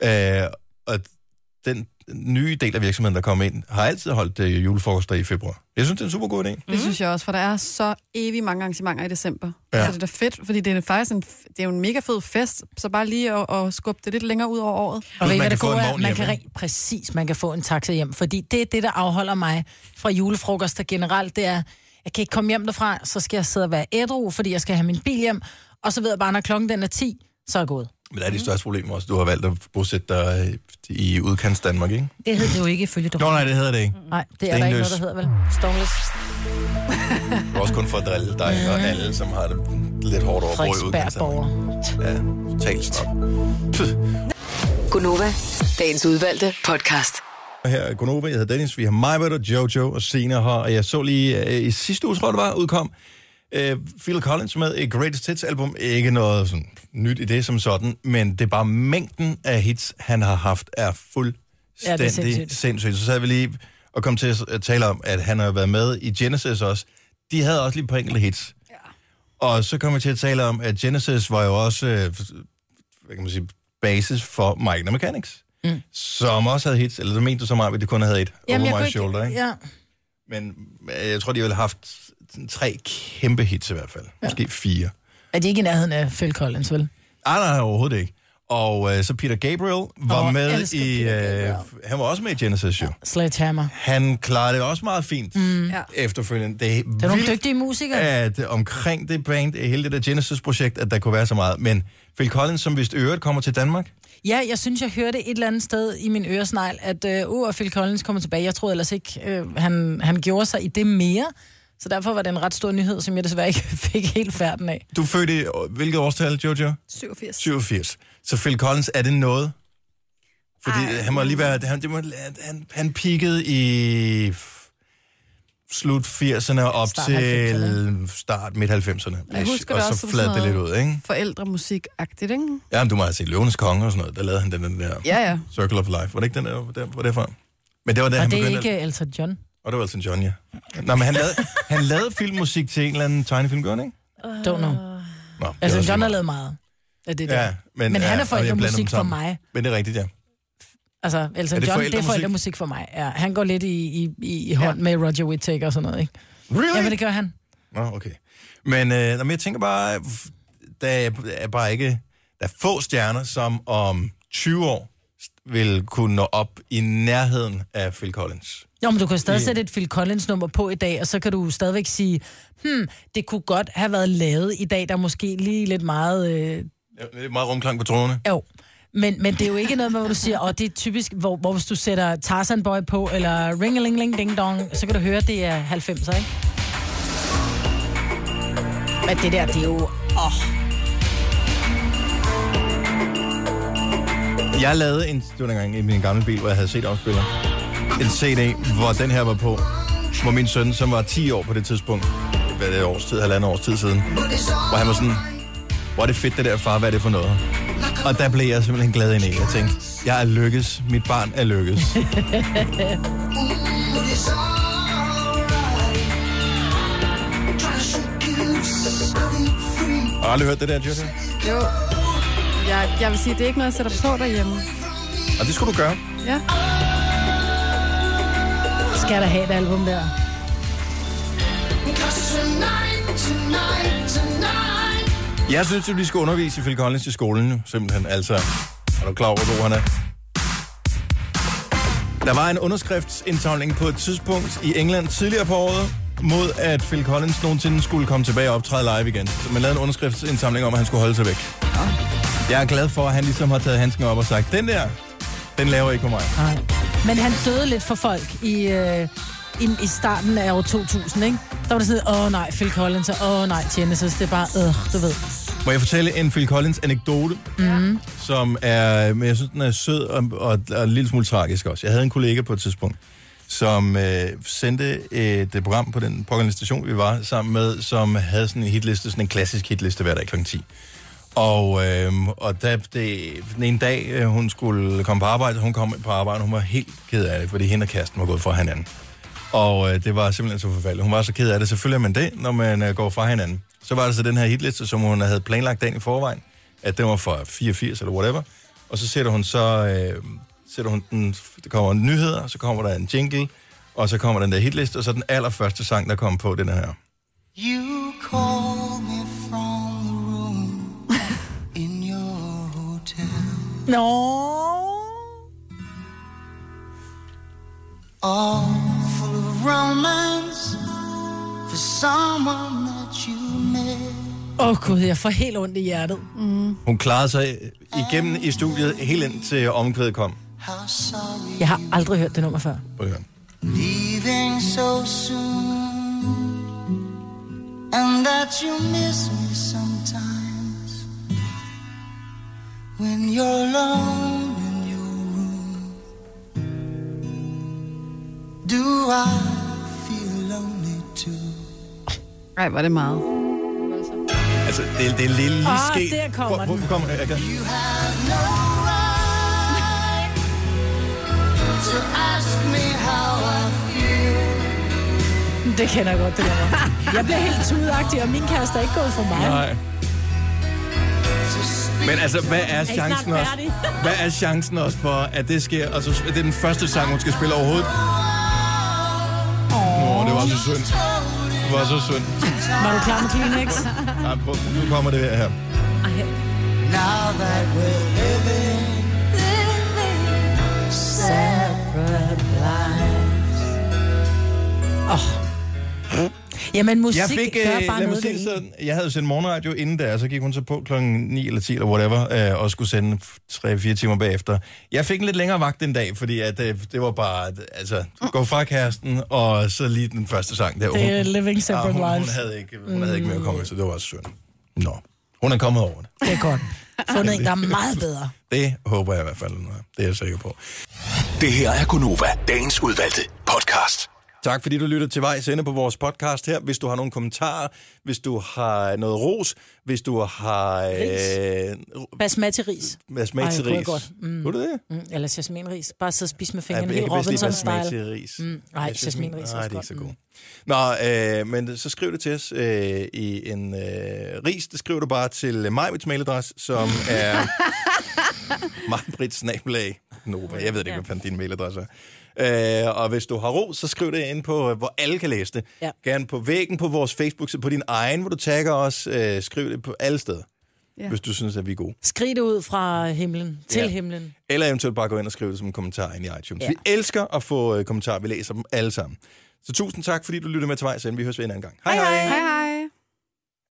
S1: er. Øh, og den nye del af virksomheden, der kom ind, har altid holdt øh, julefrokoster i februar. Jeg synes, det er en super god idé.
S4: Det synes jeg også, for der er så evig mange arrangementer i december.
S1: Ja.
S4: Ja. Altså, det er da fedt, fordi det er faktisk en, f- det er jo en mega fed fest, så bare lige at, at skubbe det lidt længere ud over året.
S2: Og ved
S1: Man
S2: I, hvad
S1: kan
S2: det
S1: få en
S2: gode er?
S1: vogn
S2: Man
S1: hjem,
S2: kan
S1: ikke?
S2: rent præcis, man kan få en taxa hjem, fordi det er det, der afholder mig fra julefrokoster generelt, det er, jeg kan ikke komme hjem derfra, så skal jeg sidde og være ædru, fordi jeg skal have min bil hjem, og så ved jeg bare, når klokken den er 10, så er jeg gået.
S1: Men der er de største problemer også. Du har valgt at bosætte dig øh, i udkants Danmark, ikke?
S3: Det hed det jo ikke ifølge
S1: Nå,
S3: dig.
S1: nej, det hedder det ikke.
S2: Nej, det er der ikke noget, der hedder vel. Stoneless.
S1: Det er også kun for at drille dig og alle, som har det lidt hårdt over at bo i udkants Danmark.
S2: Frederiksbergborger.
S1: Ja, totalt snop.
S6: Gunova, dagens udvalgte podcast.
S1: Og Her er Gunova, jeg hedder Dennis, vi har Majbert og Jojo og Sina her, og jeg så lige øh, i sidste uge, tror jeg det var, udkom øh, Phil Collins med et Greatest Hits album. Ikke noget sådan, nyt i det som sådan, men det er bare mængden af hits, han har haft, er
S2: Ja, det er
S1: fuldstændig
S2: sindssygt.
S1: sindssygt. Så sad vi lige og kom til at tale om, at han har været med i Genesis også. De havde også lige et par enkelte hits. Og så kom vi til at tale om, at Genesis var jo også, øh, hvad kan man sige, basis for Magna Mechanics. Mm. Som også havde hits, eller så mente du så meget, at det kun havde et Jamen, over my shoulder, ikke?
S2: Ja.
S1: Men øh, jeg tror, de ville have haft sådan tre kæmpe hits i hvert fald. Ja. Måske fire. Ah,
S2: Er de ikke i nærheden af Phil Collins, vel?
S1: Nej, nej, overhovedet ikke. Og øh, så Peter Gabriel var
S2: Åh,
S1: med
S2: elsker
S1: i...
S2: Peter
S1: Øh,
S2: Gabriel.
S1: han var også med i Genesis, jo.
S2: Sledgehammer.
S1: Han klarede det også meget fint mm.
S4: Ja.
S1: efterfølgende. Det er,
S2: Det er nogle
S1: vildt,
S2: dygtige musikere.
S1: at omkring det band, hele det der Genesis-projekt, at der kunne være så meget. Men Phil Collins, som vist øvrigt kommer til Danmark,
S2: Ja, jeg synes, jeg hørte et eller andet sted i min øresnegl, at øh, uh, Phil Collins kommer tilbage. Jeg troede ellers ikke, øh, han, han gjorde sig i det mere. Så derfor var det en ret stor nyhed, som jeg desværre ikke fik helt færden af.
S1: Du er født i øh, hvilket årstal, Jojo?
S4: 87.
S1: 87. Så Phil Collins, er det noget? Fordi Ej, han må lige være... Han, det må, han, han peakede i f- slut 80'erne og op
S4: Start
S1: til
S4: 90'erne.
S1: start midt 90'erne.
S4: Jeg husker
S1: og
S4: det
S1: så
S4: også som
S1: fladede det
S4: sådan
S1: lidt
S4: noget-
S1: ud, ikke?
S4: Forældremusik-agtigt, ikke?
S1: Jamen, du må have set Løvenes Konge og sådan noget. Der lavede han den, den der
S4: Ja, ja.
S1: Circle of Life. Var det ikke den der? Var det, var det fra? Men det var da,
S2: Og
S1: han
S2: det er
S1: begyndte...
S2: ikke
S1: Ikke...
S2: Elton John.
S1: Og det var Elton John, ja. Nå, men han lavede, han lavede filmmusik til en eller anden tegnefilm, gør han ikke?
S2: Don't know.
S1: Nå, Ah. det er også lige
S2: Elton Altså, John har
S1: meget.
S2: lavet meget af det der.
S1: Ja, men,
S2: Men han
S1: ja,
S2: er
S1: og jeg blander dem
S2: forældremusik for
S1: sammen.
S2: mig.
S1: Men det er rigtigt, ja.
S2: Altså, Elton
S1: Er det
S2: John, det er
S1: forældremusik?
S2: forældremusik for mig. Ja, han går lidt i, i, i, i hånd med Roger Whittaker og sådan noget, ikke?
S1: Really?
S2: Ja, men det gør han.
S1: Nå, okay. Men, øh, nå, men jeg tænker bare, f- der er, er bare ikke... Der er få stjerner, som om 20 år st- vil kunne nå op i nærheden af Phil Collins.
S2: Jo, men du kan stadig sætte et Phil Collins-nummer på i dag, og så kan du stadigvæk sige, hmm, det kunne godt have været lavet i dag, der er måske lige lidt meget... Øh,
S1: Ja, Det er meget rumklang på trådene.
S2: jo. Men, men det er jo ikke noget, med, hvor du siger, og det er typisk, hvor, hvor hvis du sætter Tarzan Boy på, eller ringelingeling ding dong, så kan du høre, det er 90'er, ikke? Men det der, det er jo... Åh,
S1: Jeg lavede en, det var dengang i min gamle bil, hvor jeg havde set afspiller. En CD, hvor den her var på. Hvor min søn, som var 10 år på det tidspunkt, hvad er det, et års tid, halvandet års tid siden, hvor han var sådan, hvor er det fedt det der, far, hvad er det for noget? Og der blev jeg simpelthen glad ind i. Jeg tænkte, jeg er lykkes, mit barn er lykkes. Har du aldrig hørt det der, Jutta?
S4: Jo. Jeg, jeg vil sige, det er ikke noget, jeg sætter på derhjemme.
S1: Og det skulle du gøre.
S4: Ja.
S2: skal der have et album der?
S1: Jeg synes, at vi skal undervise i Phil Collins i skolen, jo, simpelthen. Altså, er du klar over, hvor god han er? Der var en underskriftsindsamling på et tidspunkt i England tidligere på året, mod at Phil Collins nogensinde skulle komme tilbage og optræde live igen. Så man lavede en underskriftsindsamling om, at han skulle holde sig væk. Jeg er glad for, at han ligesom har taget handsken op og sagt, den der, den laver ikke på mig.
S2: Nej. Men han døde lidt for folk i, øh, i, i starten af år 2000, ikke? Der var det sådan, åh nej, Phil Collins, og åh nej, Genesis, det er bare, øh, du ved.
S1: Må jeg fortælle en Phil Collins-anekdote?
S2: Mm.
S1: som er, men jeg synes, den er sød og, og, og en lille smule tragisk også. Jeg havde en kollega på et tidspunkt, som øh, sendte et øh, program på den pågældende station, vi var sammen med, som havde sådan en hitliste, sådan en klassisk hitliste hver dag kl. 10. Og, øh, og da det, den ene dag, øh, hun skulle komme på arbejde, hun kom på arbejde, og hun var helt ked af det, fordi hende og kæresten var gået fra hinanden. Og øh, det var simpelthen så forfærdeligt. Hun var så ked af det. Selvfølgelig er man det, når man øh, går fra hinanden. Så var der så den her hitliste, som hun havde planlagt dagen i forvejen, at den var fra 84 eller whatever. Og så sætter hun så, øh, sætter hun den, der kommer nyheder, og så kommer der en jingle, og så kommer den der hitliste, og så den allerførste sang, der kom på, den er her.
S12: You call me from the room in your hotel.
S2: Nå.
S12: All full of romance for someone that you met.
S2: Åh oh, gud, jeg får helt ondt i hjertet. Mm.
S1: Hun klarede sig igennem i studiet, helt ind til omkvædet kom.
S12: How sorry
S2: Jeg har aldrig hørt det nummer før.
S1: Prøv at høre.
S12: leaving so soon, and that you miss me sometimes when you're alone in your room. Do I feel lonely too?
S4: Ej, var det meget.
S1: Altså, det, det er lille
S4: Ah,
S1: ske.
S4: der kommer
S1: hvor, hvor kommer den. Jeg kan...
S12: To ask me how I feel.
S2: Det kender jeg godt, det nummer. Jeg bliver helt tudagtig, og min kæreste er ikke gået for mig.
S1: Nej. Men altså, hvad
S2: Er
S1: er
S2: I snart
S1: chancen også?
S2: færdige?
S1: Hvad er chancen også for, at det sker? Altså, det er den første sang, hun skal spille overhovedet. Åh, det var så synd. Det var så synd.
S2: Var du klar med Kleenex?
S1: Nej, prøv, nu kommer det her.
S12: Now that we're living, living separate lives.
S2: Jamen, musik
S1: jeg fik,
S2: gør
S1: øh,
S2: bare
S1: lad mig
S2: noget
S1: sige
S2: ved
S1: det sådan, jeg havde sendt morgenradio inden der, så gik hun så på klokken 9 eller 10 eller whatever, øh, og skulle sende 3-4 timer bagefter. Jeg fik en lidt længere vagt den dag, fordi at, øh, det var bare, at, altså, gå fra kæresten, og så lige den første sang der.
S2: Det er Living Separate
S1: Ah, hun, Hun
S2: Lives.
S1: havde ikke, hun havde ikke mere kommet, så det var også synd. Nå, hun er kommet over det.
S2: Det er godt. Fundet en, der er meget bedre.
S1: Det håber jeg i hvert fald, hun er. det er jeg sikker på.
S5: Det her er Gunova, dagens udvalgte podcast.
S1: Tak fordi du lytter til vejs ende på vores podcast her. Hvis du har nogle kommentarer, hvis du har noget ros, hvis du har... øh,
S2: Ris. Basmati ris.
S1: Basmati
S2: Ej, det
S1: ris.
S2: er godt. Mm.
S1: Kunne du det?
S2: Mm, eller jasmin ris. Bare sidde og spise med
S1: Ej,
S2: fingrene.
S1: jeg
S2: Helt
S1: kan bedst lide basmati
S2: Robinson-style.
S1: ris.
S2: Mm. Ej, jasmin ris
S1: Nej,
S2: er
S1: det er ikke
S2: også
S1: så
S2: godt. Mm.
S1: god. Nå, øh, men så skriv det til os øh, i en øh, ris. Det skriver du bare til øh, Majbrits mailadresse, som er Majbrits snabelag. Nova. Jeg ved det ikke, hvad fanden din mailadresse er. Øh, og hvis du har ro, så skriv det ind på, øh, hvor alle kan læse det.
S2: Ja.
S1: Gerne på væggen på vores Facebook, så på din egen, hvor du tagger os. Øh, skriv det på alle steder. ja. hvis du synes, at vi er gode.
S2: Skrig det ud fra himlen, til
S1: Ja.
S2: ja. himlen.
S1: Eller eventuelt bare gå ind og skrive det som en kommentar ind i iTunes. Ja.
S2: Ja.
S1: Vi elsker at få øh, kommentarer. Vi læser dem alle sammen. Så tusind tak, fordi du lyttede med til vej, Vi høres ved en anden gang. Hej hej! hej, hej.
S4: Hej hej.